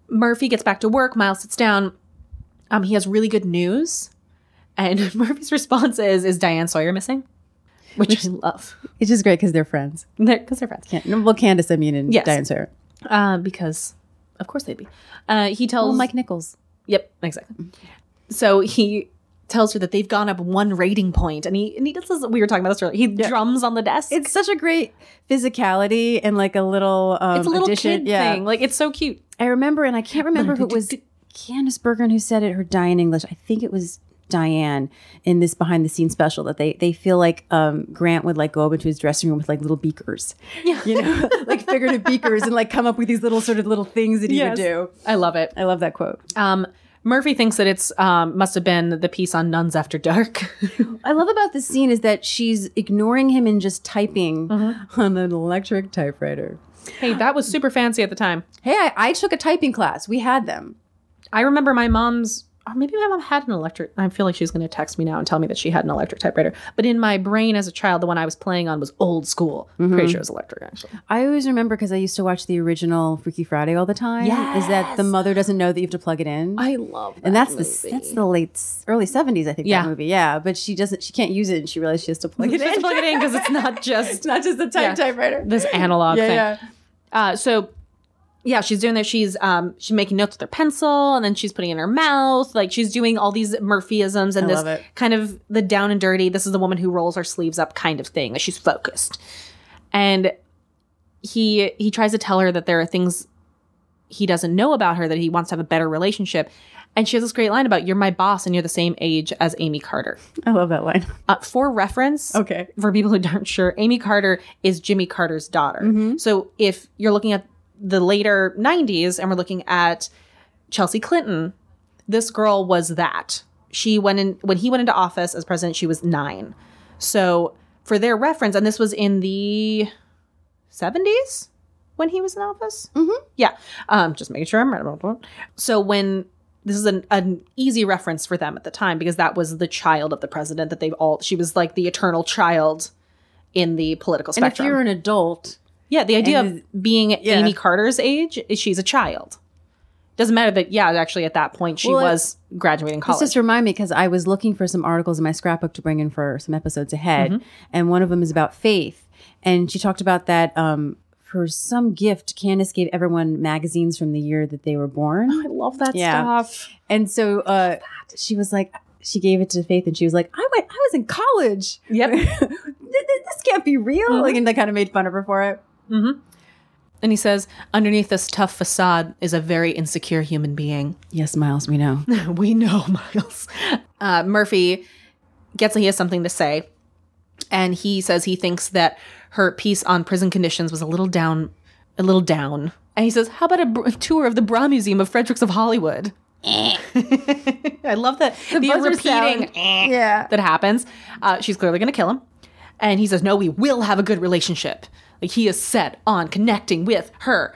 [SPEAKER 3] Murphy gets back to work. Miles sits down. Um, he has really good news, and Murphy's response is, "Is Diane Sawyer missing?" Which, I love
[SPEAKER 4] It's just great because they're friends.
[SPEAKER 3] because they're, 'cause they're friends.
[SPEAKER 4] Can- Well, Candace, I mean, and
[SPEAKER 3] Yes.
[SPEAKER 4] Diane Sawyer.
[SPEAKER 3] Uh, because of course they'd be. Uh, he tells
[SPEAKER 4] Oh, Mike Nichols.
[SPEAKER 3] Yep, exactly. So he tells her that they've gone up one rating point, and he and he does this. We were talking about this earlier. He drums on the desk.
[SPEAKER 4] It's such a great physicality and like a little. Um,
[SPEAKER 3] It's a little
[SPEAKER 4] addition.
[SPEAKER 3] kid
[SPEAKER 4] yeah.
[SPEAKER 3] thing. Like it's so cute.
[SPEAKER 4] I remember, and I can't remember who it was Candace Bergeron who said it, her Diane English. I think it was Diane in this behind the scenes special that they they feel like um, Grant would like go up into his dressing room with like little beakers. You know, like figurative beakers and like come up with these little sort of little things that he
[SPEAKER 3] Yes.
[SPEAKER 4] would do.
[SPEAKER 3] I love it.
[SPEAKER 4] I love that quote.
[SPEAKER 3] Um, Murphy thinks that it's um, must have been the piece on nuns after dark.
[SPEAKER 4] I love about this scene is that she's ignoring him and just typing on an electric typewriter.
[SPEAKER 3] hey, that was super fancy at the time.
[SPEAKER 4] Hey, I, I took a typing class. We had them.
[SPEAKER 3] I remember my mom's, or maybe my mom had an electric. I feel like she's going to text me now and tell me that she had an electric typewriter. But in my brain as a child, the one I was playing on was old school. Pretty sure it was electric, actually.
[SPEAKER 4] I always remember because I used to watch the original Freaky Friday all the time. Is that the mother doesn't know that you have to plug it in?
[SPEAKER 3] I love that.
[SPEAKER 4] and that's the that's the late s- early seventies, I think.
[SPEAKER 3] Yeah.
[SPEAKER 4] That movie, yeah. But she doesn't. She can't use it, and she realizes she has to plug it
[SPEAKER 3] Just
[SPEAKER 4] in.
[SPEAKER 3] plug it in because it's not just
[SPEAKER 4] It's not just a type
[SPEAKER 3] Yeah.
[SPEAKER 4] typewriter.
[SPEAKER 3] this analog
[SPEAKER 4] yeah,
[SPEAKER 3] thing.
[SPEAKER 4] yeah.
[SPEAKER 3] Uh, so yeah, she's doing that. She's um she's making notes with her pencil, and then she's putting it in her mouth. Like she's doing all these Murphyisms and
[SPEAKER 4] I
[SPEAKER 3] this
[SPEAKER 4] love it.
[SPEAKER 3] kind of the down and dirty. This is the woman who rolls her sleeves up kind of thing. Like she's focused, and he he tries to tell her that there are things he doesn't know about her that he wants to have a better relationship. And she has this great line about "You're my boss, and you're the same age as Amy Carter."
[SPEAKER 4] I love that line.
[SPEAKER 3] Uh, for reference,
[SPEAKER 4] Okay.
[SPEAKER 3] for people who aren't sure, Amy Carter is Jimmy Carter's daughter. So if you're looking at the later 90s and we're looking at Chelsea Clinton, this girl was that. She went in when he went into office as president, she was 9. So for their reference and this was in the 70s when he was in office? Mm-hmm. Yeah. Um, just making sure I'm right. So when this is an, an easy reference for them at the time because that was the child of the president that they've all she was like the eternal child in the political
[SPEAKER 4] And if
[SPEAKER 3] spectrum.
[SPEAKER 4] you're an adult,
[SPEAKER 3] yeah, the idea
[SPEAKER 4] and
[SPEAKER 3] of being
[SPEAKER 4] yeah.
[SPEAKER 3] Amy Carter's age is she's a child. Doesn't matter that yeah, actually at that point she
[SPEAKER 4] Well, it-
[SPEAKER 3] was graduating college.
[SPEAKER 4] This just remind me because I was looking for some articles in my scrapbook to bring in for some episodes ahead,
[SPEAKER 3] Mm-hmm.
[SPEAKER 4] and one of them is about faith, and she talked about that um, for some gift Candace gave everyone magazines from the year that they were born,
[SPEAKER 3] Oh, I love that
[SPEAKER 4] Yeah.
[SPEAKER 3] stuff.
[SPEAKER 4] and so uh, she was like, she gave it to Faith, and she was like, I went, I was in college.
[SPEAKER 3] Yep.
[SPEAKER 4] Th- th- this can't be real. Like, and they kind of made fun of her for it.
[SPEAKER 3] and he says, underneath this tough facade is a very insecure human being.
[SPEAKER 4] Yes, Miles, we know.
[SPEAKER 3] we know miles uh, murphy gets he has something to say and he says he thinks that her piece on prison conditions was a little down a little down and he says how about a, br- tour of the bra museum of fredericks of hollywood i love that the,
[SPEAKER 4] Eh. buzzer
[SPEAKER 3] repeating
[SPEAKER 4] sound. Eh. yeah.
[SPEAKER 3] that happens uh, she's clearly going to kill him and he says no we will have a good relationship like he is set on connecting with her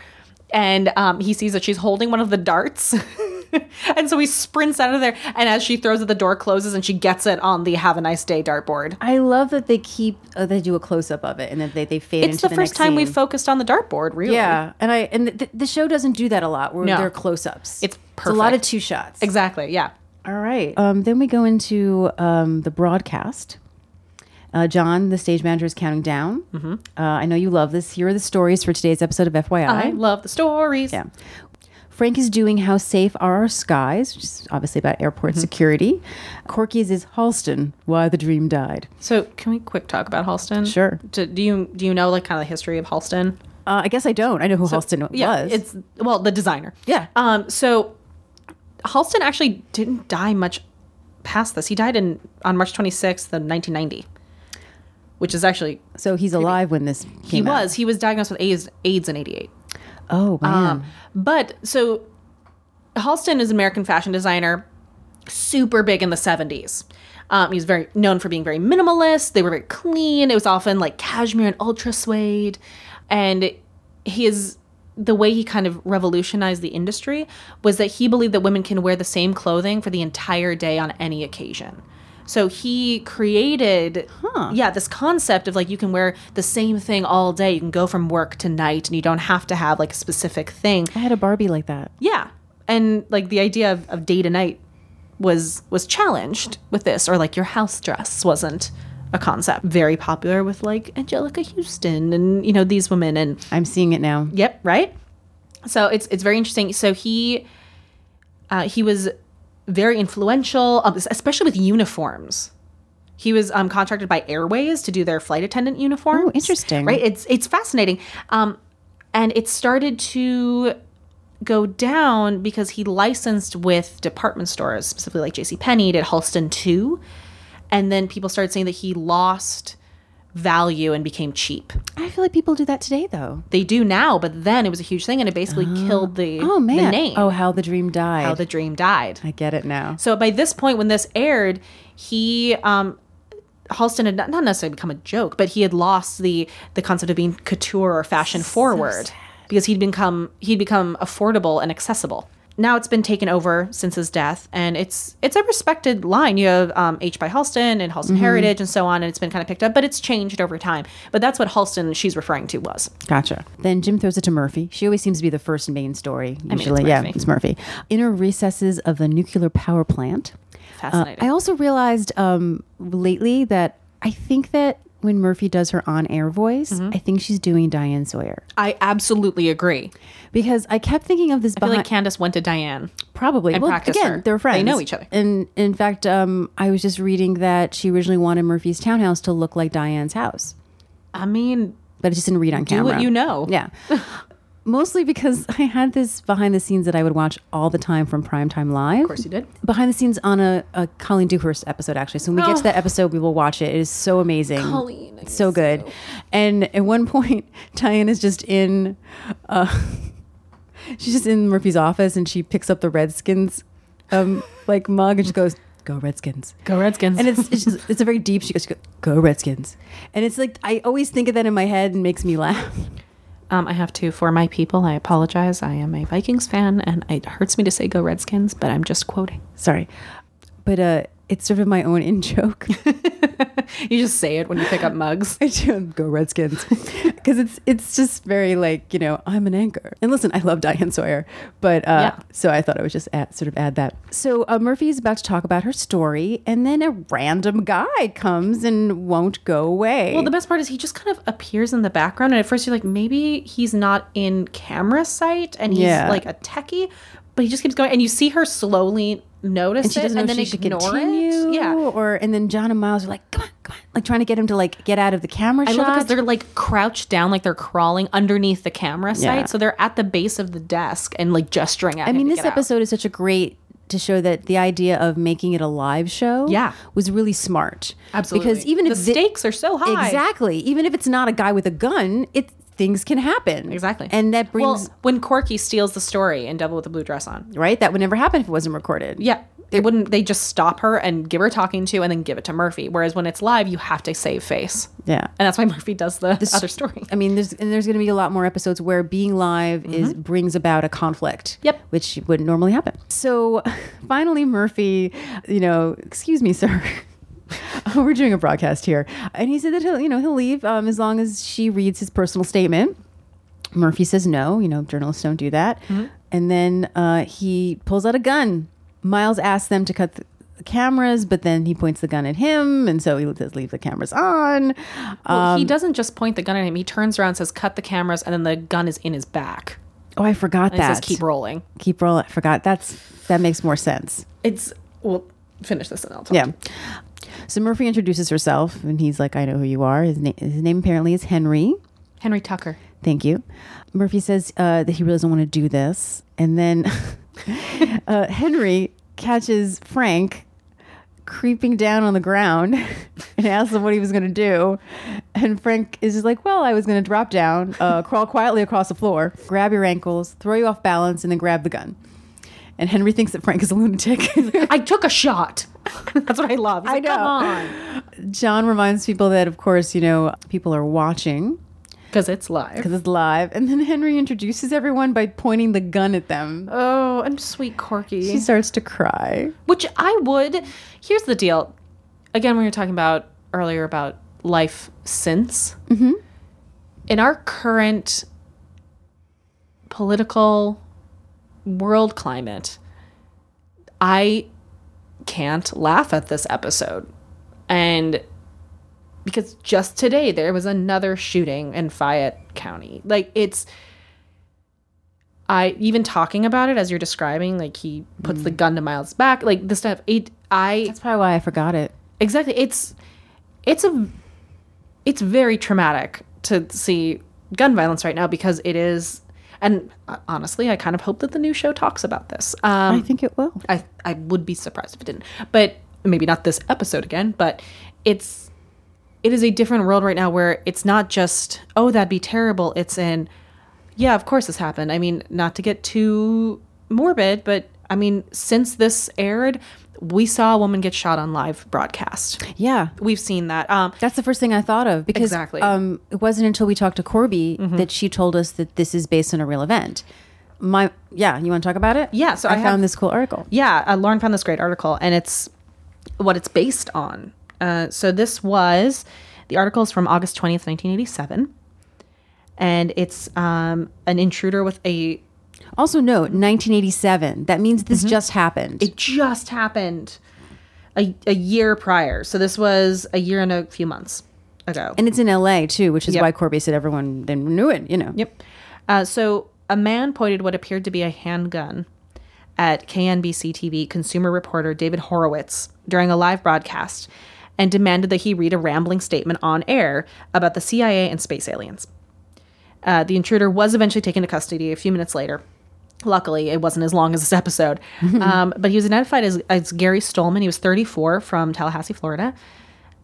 [SPEAKER 3] and um, he sees that she's holding one of the darts and so he sprints out of there and as she throws it the door closes and she gets it on the have a nice day dartboard
[SPEAKER 4] I love that they keep uh, they do a close up of it and that they, they fade.
[SPEAKER 3] it's
[SPEAKER 4] into
[SPEAKER 3] the, first
[SPEAKER 4] next
[SPEAKER 3] time
[SPEAKER 4] scene.
[SPEAKER 3] we've focused on the dartboard really
[SPEAKER 4] Yeah, and I and th- th- the show doesn't do that a lot. Where
[SPEAKER 3] No.
[SPEAKER 4] there are close ups.
[SPEAKER 3] It's
[SPEAKER 4] a lot of
[SPEAKER 3] perfect.
[SPEAKER 4] two shots.
[SPEAKER 3] exactly yeah
[SPEAKER 4] All right. Um, then we go into um, the broadcast. Uh, John, the stage manager, is counting down. Uh, I know you love this. Here are the stories for today's episode of FYI.
[SPEAKER 3] i love the stories
[SPEAKER 4] Yeah. Frank is doing How Safe Are Our Skies, which is obviously about airport security. Corky's is Halston, Why the Dream Died.
[SPEAKER 3] so can we quick talk about halston
[SPEAKER 4] Sure.
[SPEAKER 3] do, do you do you know like kind of the history of halston
[SPEAKER 4] Uh, I guess I don't. I know who Halston
[SPEAKER 3] yeah,
[SPEAKER 4] was.
[SPEAKER 3] It's well, the designer.
[SPEAKER 4] Yeah.
[SPEAKER 3] Um. So Halston actually didn't die much past this. He died in on March twenty sixth of nineteen ninety, which is actually
[SPEAKER 4] so he's alive when this came
[SPEAKER 3] he
[SPEAKER 4] out.
[SPEAKER 3] was he was diagnosed with AIDS AIDS in eighty eight.
[SPEAKER 4] Oh, man.
[SPEAKER 3] Um, but so Halston is an American fashion designer, super big in the 70s. Um, he was very known for being very minimalist. They were very clean. It was often like cashmere and ultra suede, and his the way he kind of revolutionized the industry was that he believed that women can wear the same clothing for the entire day on any occasion. So he created, yeah, this concept of like you can wear the same thing all day. You can go from work to night, and you don't have to have like a specific thing.
[SPEAKER 4] I had a Barbie like that.
[SPEAKER 3] Yeah, and like the idea of, of day to night was was challenged with this, or like your house dress wasn't a concept very popular with like Angelica Houston and you know these women and
[SPEAKER 4] I'm seeing it now.
[SPEAKER 3] Yep, right. So it's it's very interesting. So he uh, he was very influential, um, especially with uniforms. He was um, contracted by Airways to do their flight attendant uniform.
[SPEAKER 4] Oh, interesting.
[SPEAKER 3] Right? It's it's fascinating, um, and it started to go down because he licensed with department stores, specifically like J.C. Penney, did Halston too, and then people started saying that he lost value and became cheap.
[SPEAKER 4] I feel like people do that today though.
[SPEAKER 3] They do now, but then it was a huge thing, and it basically killed the
[SPEAKER 4] Oh man.
[SPEAKER 3] the name.
[SPEAKER 4] Oh, how the dream died.
[SPEAKER 3] how the dream died.
[SPEAKER 4] I get it now.
[SPEAKER 3] So by this point, when this aired, he um, Halston had not, not necessarily become a joke, but he had lost the the concept of being couture or fashion forward because he'd become he'd become affordable and accessible. Now it's been taken over since his death, and it's it's a respected line. You have um, H by Halston and
[SPEAKER 4] Mm-hmm.
[SPEAKER 3] Halston Heritage and so on, and it's been kind of picked up, but it's changed over time. But that's what Halston she's referring to was.
[SPEAKER 4] Gotcha. Then Jim throws it to Murphy. She always seems to be the first main story.
[SPEAKER 3] it's
[SPEAKER 4] Usually, yeah,
[SPEAKER 3] Murphy.
[SPEAKER 4] it's Murphy. Inner recesses of the nuclear power plant. uh,
[SPEAKER 3] Fascinating.
[SPEAKER 4] I also realized um, lately that I think that when Murphy does her on-air voice,
[SPEAKER 3] Mm-hmm.
[SPEAKER 4] I think she's doing Diane Sawyer
[SPEAKER 3] I absolutely agree.
[SPEAKER 4] because I kept thinking of this.
[SPEAKER 3] I feel
[SPEAKER 4] behind-
[SPEAKER 3] like Candace went to Diane.
[SPEAKER 4] Probably.
[SPEAKER 3] and
[SPEAKER 4] well,
[SPEAKER 3] practice
[SPEAKER 4] again,
[SPEAKER 3] her.
[SPEAKER 4] they're friends.
[SPEAKER 3] They know each other.
[SPEAKER 4] And in fact, um, I was just reading that she originally wanted Murphy's townhouse to look like Diane's house,
[SPEAKER 3] I mean,
[SPEAKER 4] but it just didn't read on
[SPEAKER 3] do
[SPEAKER 4] camera.
[SPEAKER 3] what you know.
[SPEAKER 4] Yeah. Mostly because I had this behind the scenes that I would watch all the time from Primetime Live. Of
[SPEAKER 3] course you did.
[SPEAKER 4] Behind the scenes on a, a Colleen Dewhurst episode, actually. So when we get
[SPEAKER 3] Oh.
[SPEAKER 4] to that episode, we will watch it. It is so amazing.
[SPEAKER 3] Colleen, I
[SPEAKER 4] So good. And at one point, Diane is just in, uh, she's just in Murphy's office and she picks up the Redskins um, like mug and she goes, Go Redskins.
[SPEAKER 3] Go Redskins.
[SPEAKER 4] And it's it's, just, it's a very deep. She goes, she goes, "Go Redskins," and it's like I always think of that in my head and makes me laugh.
[SPEAKER 3] Um, I have to, for my people, I apologize. I am a Vikings fan, and it hurts me to say go Redskins, but I'm just quoting.
[SPEAKER 4] Sorry. But uh it's sort of my own in joke.
[SPEAKER 3] You just say it when you pick up mugs.
[SPEAKER 4] I do um, go Redskins because it's it's just very like you know I'm an anchor. And listen, I love Diane Sawyer, but uh,
[SPEAKER 3] Yeah.
[SPEAKER 4] so I thought I would just add, sort of add that. So uh, Murphy is about to talk about her story, and then a random guy comes and won't go away.
[SPEAKER 3] Well, the best part is he just kind of appears in the background, and at first you're like, maybe he's not in camera sight, and he's
[SPEAKER 4] Yeah.
[SPEAKER 3] like a techie, but he just keeps going, and you see her slowly notice
[SPEAKER 4] and she
[SPEAKER 3] it,
[SPEAKER 4] doesn't know
[SPEAKER 3] and
[SPEAKER 4] if
[SPEAKER 3] then
[SPEAKER 4] she should
[SPEAKER 3] ignore
[SPEAKER 4] continue,
[SPEAKER 3] it. Yeah.
[SPEAKER 4] Or and then John and Miles are like, come on, come on, like trying to get him to like get out of the camera
[SPEAKER 3] I
[SPEAKER 4] shot.
[SPEAKER 3] love because they're like crouched down, like they're crawling underneath the camera site.
[SPEAKER 4] Yeah.
[SPEAKER 3] So they're at the base of the desk and like gesturing at
[SPEAKER 4] I
[SPEAKER 3] him
[SPEAKER 4] mean,
[SPEAKER 3] to
[SPEAKER 4] this
[SPEAKER 3] get out.
[SPEAKER 4] episode is such a great to show that the idea of making it a live show
[SPEAKER 3] Yeah.
[SPEAKER 4] was really smart.
[SPEAKER 3] Absolutely.
[SPEAKER 4] Because even
[SPEAKER 3] the
[SPEAKER 4] if thi-
[SPEAKER 3] stakes are so high.
[SPEAKER 4] Exactly. Even if it's not a guy with a gun, it things can happen.
[SPEAKER 3] Exactly.
[SPEAKER 4] And that brings
[SPEAKER 3] Well, when Corky steals the story in Double with the Blue Dress on.
[SPEAKER 4] right? That would never happen if it wasn't recorded.
[SPEAKER 3] Yeah. They wouldn't they just stop her and give her talking to and then give it to Murphy. Whereas when it's live, you have to save face.
[SPEAKER 4] Yeah.
[SPEAKER 3] And that's why Murphy does the other story.
[SPEAKER 4] I mean, there's and there's going to be a lot more episodes where being live is brings about a conflict.
[SPEAKER 3] Mm-hmm. Yep.
[SPEAKER 4] which wouldn't normally happen. So, finally, Murphy, you know, excuse me, sir. We're doing a broadcast here, and he said that he'll, you know, he'll leave um, as long as she reads his personal statement. Murphy says no. You know, journalists don't do that.
[SPEAKER 3] Mm-hmm.
[SPEAKER 4] And then uh, he pulls out a gun. Miles asks them to cut the cameras, but then he points the gun at him, and so he does leave the cameras on.
[SPEAKER 3] Well, he
[SPEAKER 4] um,
[SPEAKER 3] doesn't just point the gun at him. He turns around, says, "Cut the cameras," and then the gun is in his back.
[SPEAKER 4] Oh, I forgot
[SPEAKER 3] And it
[SPEAKER 4] that.
[SPEAKER 3] says, "Keep rolling."
[SPEAKER 4] Keep roll. I forgot. That's that makes more sense.
[SPEAKER 3] It's well, finish this and I'll talk.
[SPEAKER 4] Yeah. So Murphy introduces herself, and he's like, "I know who you are." His name, his name apparently is Henry.
[SPEAKER 3] Henry Tucker.
[SPEAKER 4] Thank you. Murphy says uh, that he really doesn't want to do this, and then uh, Henry catches Frank creeping down on the ground and asks him what he was going to do. And Frank is just like, "Well, I was going to drop down, uh, crawl quietly across the floor, grab your ankles, throw you off balance, and then grab the gun." And Henry thinks that Frank is a lunatic.
[SPEAKER 3] I took a shot. That's what I love. He's
[SPEAKER 4] I
[SPEAKER 3] like, Come
[SPEAKER 4] know.
[SPEAKER 3] on.
[SPEAKER 4] John reminds people that, of course, you know, people are watching
[SPEAKER 3] Because it's live.
[SPEAKER 4] because it's live. And then Henry introduces everyone by pointing the gun at them.
[SPEAKER 3] Oh, and sweet Corky.
[SPEAKER 4] She starts to cry.
[SPEAKER 3] Which I would. Here's the deal. Again, we were talking about earlier about life since. Mm-hmm. In our current political world climate, I can't laugh at this episode. And because just today there was another shooting in Fayette County. Like, it's. I even talking about it as you're describing, like he puts the gun to Miles' back, like this stuff. It, I
[SPEAKER 4] That's probably why I forgot it.
[SPEAKER 3] exactly. It's, it's a, it's very traumatic to see gun violence right now because it is, and uh, honestly, I kind of hope that the new show talks about this. Um,
[SPEAKER 4] I think it will.
[SPEAKER 3] I I would be surprised if it didn't. But maybe not this episode again, but it's it is a different world right now where it's not just oh that'd be terrible. It's in yeah, of course this happened. I mean, not to get too morbid, but I mean, since this aired, we saw a woman get shot on live broadcast.
[SPEAKER 4] Yeah.
[SPEAKER 3] We've seen that. Um
[SPEAKER 4] That's the first thing I thought of because
[SPEAKER 3] Exactly. Mm-hmm.
[SPEAKER 4] um, it wasn't until we talked to Corby that she told us that this is based on a real event. My yeah, you want to talk about it?
[SPEAKER 3] Yeah, so I have-
[SPEAKER 4] found this cool article.
[SPEAKER 3] yeah, uh, Lauren found this great article, and it's what it's based on. Uh, so this was the article is from August twentieth, nineteen eighty seven, and it's um, an intruder with a.
[SPEAKER 4] Also, note 1987. That means this just happened.
[SPEAKER 3] Mm-hmm. It just happened a a year prior, so this was a year and a few months ago.
[SPEAKER 4] and it's in LA too, which is
[SPEAKER 3] Yep.
[SPEAKER 4] why Corby said everyone then knew it. You know.
[SPEAKER 3] Yep. Uh, so a man pointed what appeared to be a handgun at KNBC TV consumer reporter David Horowitz during a live broadcast and demanded that he read a rambling statement on air about the CIA and space aliens. Uh, the intruder was eventually taken to custody a few minutes later. Luckily, it wasn't as long as this episode. um, but he was identified as, as Gary Stolman. He was 34 from Tallahassee, Florida.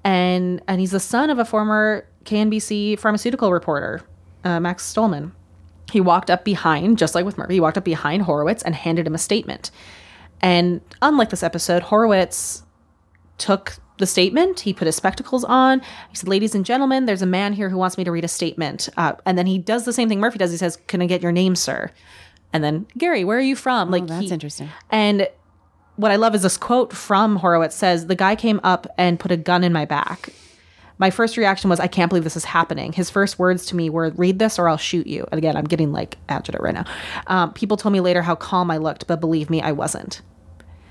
[SPEAKER 3] And, and he's the son of a former KNBC pharmaceutical reporter, uh, Max Stolman. He walked up behind, just like with Murphy, he walked up behind Horowitz and handed him a statement. And unlike this episode, Horowitz took the statement. He put his spectacles on. He said, "Ladies and gentlemen, there's a man here who wants me to read a statement." Uh, and then he does the same thing Murphy does. He says, "Can I get your name, sir?" And then Gary, where are you from? Like
[SPEAKER 4] Oh, that's
[SPEAKER 3] he-
[SPEAKER 4] interesting.
[SPEAKER 3] And what I love is this quote from Horowitz says, "The guy came up and put a gun in my back." My first reaction was, I can't believe this is happening. His first words to me were, read this or I'll shoot you. And again, I'm getting like agitated right now. Um, people told me later how calm I looked, but believe me, I wasn't.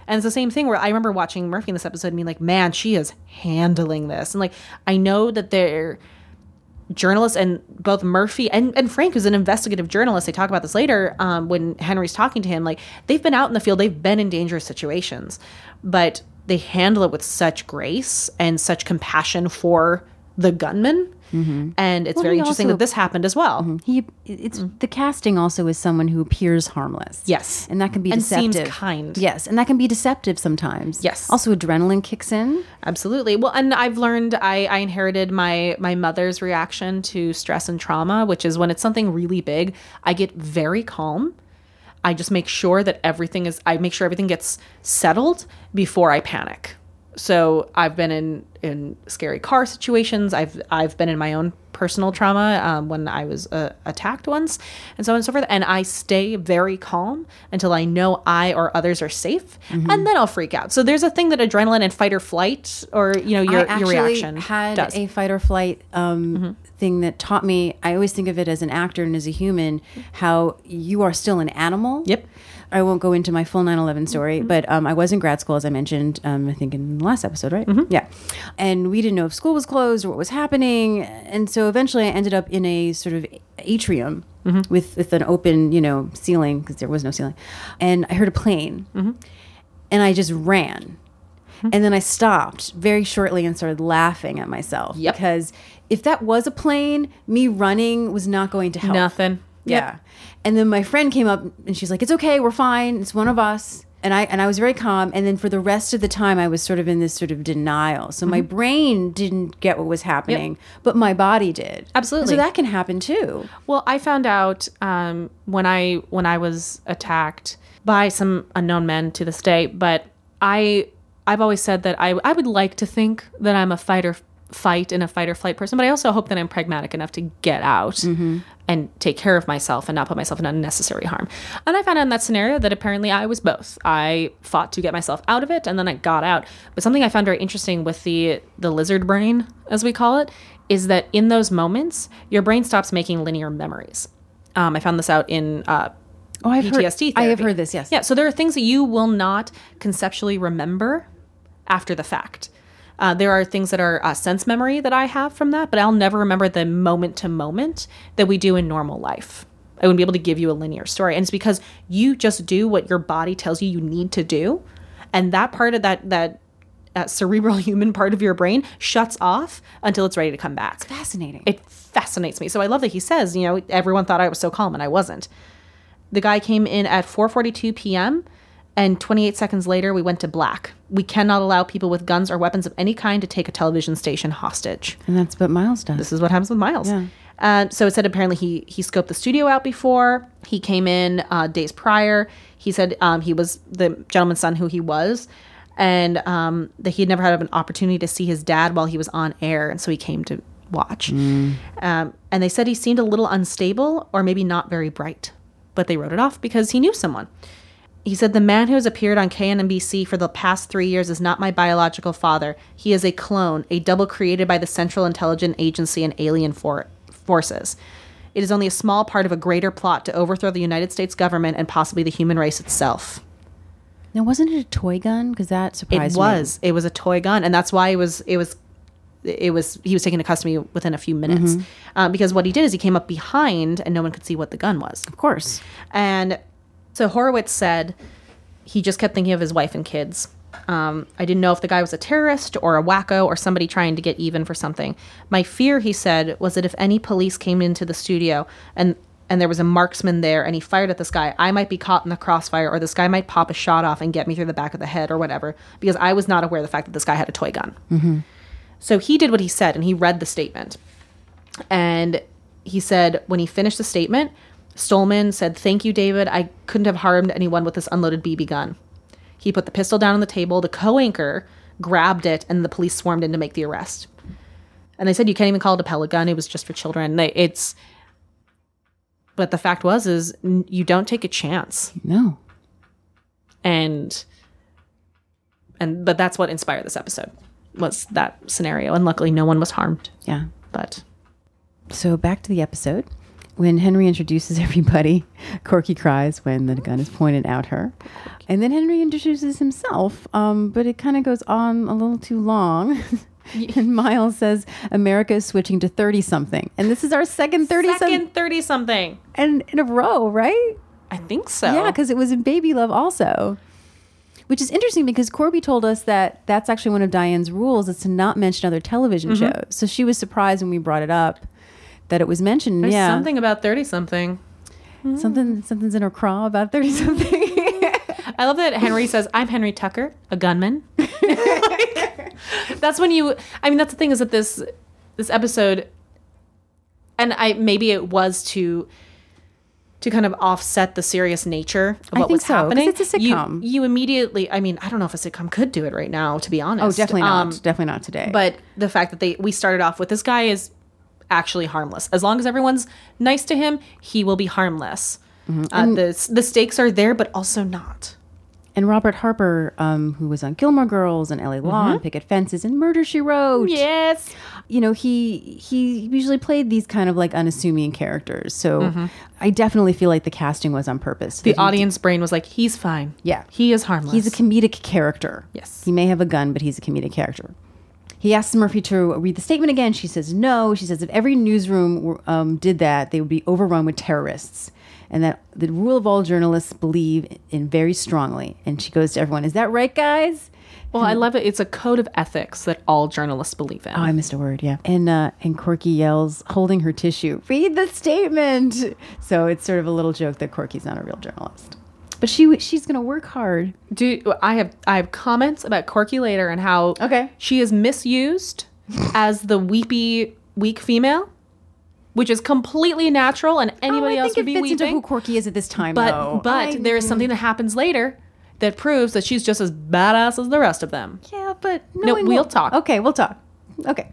[SPEAKER 3] And it's the same thing where I remember watching Murphy in this episode and being like, man, she is handling this. And like, I know that they're journalists and both Murphy and, and Frank, who's an investigative journalist, they talk about this later um, when Henry's talking to him. Like, they've been out in the field, they've been in dangerous situations, but they handle it with such grace and such compassion for the gunman. And
[SPEAKER 4] Mm-hmm.
[SPEAKER 3] it's
[SPEAKER 4] Well,
[SPEAKER 3] very
[SPEAKER 4] he
[SPEAKER 3] interesting
[SPEAKER 4] also- Mm-hmm.
[SPEAKER 3] that this happened as well.
[SPEAKER 4] He it's the casting also is someone who appears harmless.
[SPEAKER 3] Mm. Yes.
[SPEAKER 4] And that can be
[SPEAKER 3] And
[SPEAKER 4] deceptive.
[SPEAKER 3] seems kind.
[SPEAKER 4] Yes, and that can be deceptive sometimes.
[SPEAKER 3] Yes.
[SPEAKER 4] Also adrenaline kicks in.
[SPEAKER 3] Absolutely. Well, and I've learned I, I inherited my my mother's reaction to stress and trauma, which is when it's something really big, I get very calm. I just make sure that everything is I make sure everything gets settled before I panic. So I've been in in scary car situations. I've I've been in my own personal trauma um, when I was uh, attacked once, and so on and so forth. And I stay very calm until I know I or others are safe,
[SPEAKER 4] Mm-hmm.
[SPEAKER 3] and then I'll freak out. So there's a thing that adrenaline and fight or flight, or you know your
[SPEAKER 4] I
[SPEAKER 3] your
[SPEAKER 4] actually
[SPEAKER 3] reaction
[SPEAKER 4] had
[SPEAKER 3] does. Mm-hmm.
[SPEAKER 4] a fight or flight um, thing that taught me. I always think of it as an actor and as a human, how you are still an animal.
[SPEAKER 3] Yep. Mm-hmm.
[SPEAKER 4] I won't go into my full 9 11 story, but um, I was in grad school, as I mentioned, um, I think in the last episode, right?
[SPEAKER 3] Mm-hmm.
[SPEAKER 4] Yeah. And we didn't know if school was closed or what was happening. And so eventually I ended up in a sort of atrium
[SPEAKER 3] Mm-hmm.
[SPEAKER 4] with, with an open, you know, ceiling because there was no ceiling. And I heard a plane and I just ran. And then I stopped very shortly and started laughing at myself
[SPEAKER 3] Yep.
[SPEAKER 4] because if that was a plane, me running was not going to help.
[SPEAKER 3] Nothing.
[SPEAKER 4] Yeah. And then my friend came up and she's like, "It's okay, we're fine. It's one of us." And I and I was very calm. And then for the rest of the time, I was sort of in this sort of denial. So my brain didn't get what was happening, but my body did.
[SPEAKER 3] Absolutely.
[SPEAKER 4] So that can happen too.
[SPEAKER 3] Well, I found out um, when I when I was attacked by some unknown men to this day, but I I I've always said that I I would like to think that I'm a fighter fight and a fight or flight person, but I also hope that I'm pragmatic enough to get out and take care of myself and not put myself in unnecessary harm. And I found out in that scenario that apparently I was both. I fought to get myself out of it and then I got out. But something I found very interesting with the the lizard brain, as we call it, is that in those moments, your brain stops making linear memories. Um, I found this out in uh,
[SPEAKER 4] Oh, I've
[SPEAKER 3] PTSD.
[SPEAKER 4] Heard, I have
[SPEAKER 3] therapy.
[SPEAKER 4] heard this. Yes.
[SPEAKER 3] Yeah. So there are things that you will not conceptually remember after the fact. Uh, there are things that are uh, sense memory that I have from that, but I'll never remember the moment to moment that we do in normal life. I wouldn't be able to give you a linear story, and it's because you just do what your body tells you you need to do, and that part of that that. That cerebral human part of your brain shuts off until it's ready to come back
[SPEAKER 4] Fascinating.
[SPEAKER 3] it fascinates me. So I love that he says, you know, everyone thought I was so calm and I wasn't. The guy came in at 4:42 p.m. and 28 seconds later we went to black. We cannot allow people with guns or weapons of any kind to take a television station hostage.
[SPEAKER 4] and that's what Miles does.
[SPEAKER 3] This is what happens with Miles. Uh, so it said apparently he he scoped the studio out before he came in uh, days prior. He said um, he was the gentleman's son who he was, and um, that he had never had an opportunity to see his dad while he was on air, and so he came to watch. Um, and they said he seemed a little unstable or maybe not very bright, but they wrote it off because he knew someone. He said, The man who has appeared on KNBC for the past three years is not my biological father. He is a clone, a double created by the Central Intelligence Agency and alien for- forces. It is only a small part of a greater plot to overthrow the United States government and possibly the human race itself.
[SPEAKER 4] Now, wasn't it a toy gun? Because that surprised
[SPEAKER 3] it was. It was a toy gun, and that's why it was. It was. It was. He was taken into custody within a few minutes, uh, because what he did is he came up behind, and no one could see what the gun was.
[SPEAKER 4] Of course.
[SPEAKER 3] And so Horowitz said he just kept thinking of his wife and kids. Um, I didn't know if the guy was a terrorist or a wacko or somebody trying to get even for something. My fear, he said, was that if any police came into the studio and and there was a marksman there and he fired at this guy, I might be caught in the crossfire or this guy might pop a shot off and get me through the back of the head or whatever because I was not aware of the fact that this guy had a toy gun. So he did what he said and he read the statement. And he said, when he finished the statement, Stolman said, Thank you, David. I couldn't have harmed anyone with this unloaded BB gun. He put the pistol down on the table. The co anchor grabbed it, and the police swarmed in to make the arrest. And they said, You can't even call it a pellet gun. It was just for children. They, it's. But the fact was, is n- you don't take a chance
[SPEAKER 4] No.
[SPEAKER 3] and and but that's what inspired this episode was that scenario and luckily no one was harmed
[SPEAKER 4] Yeah.
[SPEAKER 3] but
[SPEAKER 4] So back to the episode. When Henry introduces everybody, Corky cries when the gun is pointed at her. And then Henry introduces himself, um, but it kind of goes on a little too long. and Miles says, America is switching to 30 something. And this is our second 30 something
[SPEAKER 3] second 30 something
[SPEAKER 4] and in a row, right?
[SPEAKER 3] i think so
[SPEAKER 4] Yeah, because it was in Baby Love also. Which is interesting because Corby told us that that's actually one of Diane's rules is to not mention other television shows. So she was surprised when we brought it up that it was mentioned.
[SPEAKER 3] There's
[SPEAKER 4] yeah,
[SPEAKER 3] something about 30 something
[SPEAKER 4] something something's in her craw about thirty something.
[SPEAKER 3] i love that henry says i'm henry tucker a gunman Like, that's when you i mean that's the thing is that this this episode and i maybe it was to to kind of offset the serious nature of
[SPEAKER 4] I
[SPEAKER 3] what
[SPEAKER 4] think
[SPEAKER 3] was
[SPEAKER 4] so, 'cause
[SPEAKER 3] happening
[SPEAKER 4] it's a
[SPEAKER 3] you-
[SPEAKER 4] sitcom.
[SPEAKER 3] you, immediately i mean i don't know if a sitcom could do it right now to be honest
[SPEAKER 4] oh, definitely not.
[SPEAKER 3] Um,
[SPEAKER 4] definitely not today.
[SPEAKER 3] but the fact that they we started off with this guy is actually harmless as long as everyone's nice to him he will be harmless
[SPEAKER 4] Mm-hmm.
[SPEAKER 3] uh, the, the stakes are there but also not
[SPEAKER 4] and Robert Harper, um, who was on Gilmore Girls and L.A. Law and Picket Fences and Murder She Wrote,
[SPEAKER 3] yes
[SPEAKER 4] you know he he usually played these kind of like unassuming characters. So I definitely feel like the casting was on purpose.
[SPEAKER 3] the audience brain was like he's fine
[SPEAKER 4] Yeah.
[SPEAKER 3] he is harmless
[SPEAKER 4] He's a comedic character.
[SPEAKER 3] Yes.
[SPEAKER 4] He may have a gun, but he's a comedic character. He asks Murphy to read the statement again. She says no. She says if every newsroom um, did that, they would be overrun with terrorists. And that the rule of all journalists believe in very strongly. And she goes to everyone, Is that right, guys?
[SPEAKER 3] well i love it it's a code of ethics that all journalists believe in
[SPEAKER 4] Oh, I missed a word, yeah. And uh, and Corky yells, holding her tissue, Read the statement. So it's sort of a little joke that Corky's not a real journalist. But she w- she's going to work hard.
[SPEAKER 3] do i have i have comments about corky later and how
[SPEAKER 4] Okay.
[SPEAKER 3] she is misused as the weepy weak female which is completely natural and anybody
[SPEAKER 4] Oh, I
[SPEAKER 3] else
[SPEAKER 4] think
[SPEAKER 3] would
[SPEAKER 4] it
[SPEAKER 3] be
[SPEAKER 4] fits into
[SPEAKER 3] weeping
[SPEAKER 4] who Corky is at this time,
[SPEAKER 3] but
[SPEAKER 4] though.
[SPEAKER 3] but
[SPEAKER 4] I-
[SPEAKER 3] there is something that happens later that proves that she's just as badass as the rest of them.
[SPEAKER 4] Yeah, but
[SPEAKER 3] No,
[SPEAKER 4] one
[SPEAKER 3] we'll
[SPEAKER 4] will-
[SPEAKER 3] talk.
[SPEAKER 4] Okay, we'll talk. Okay.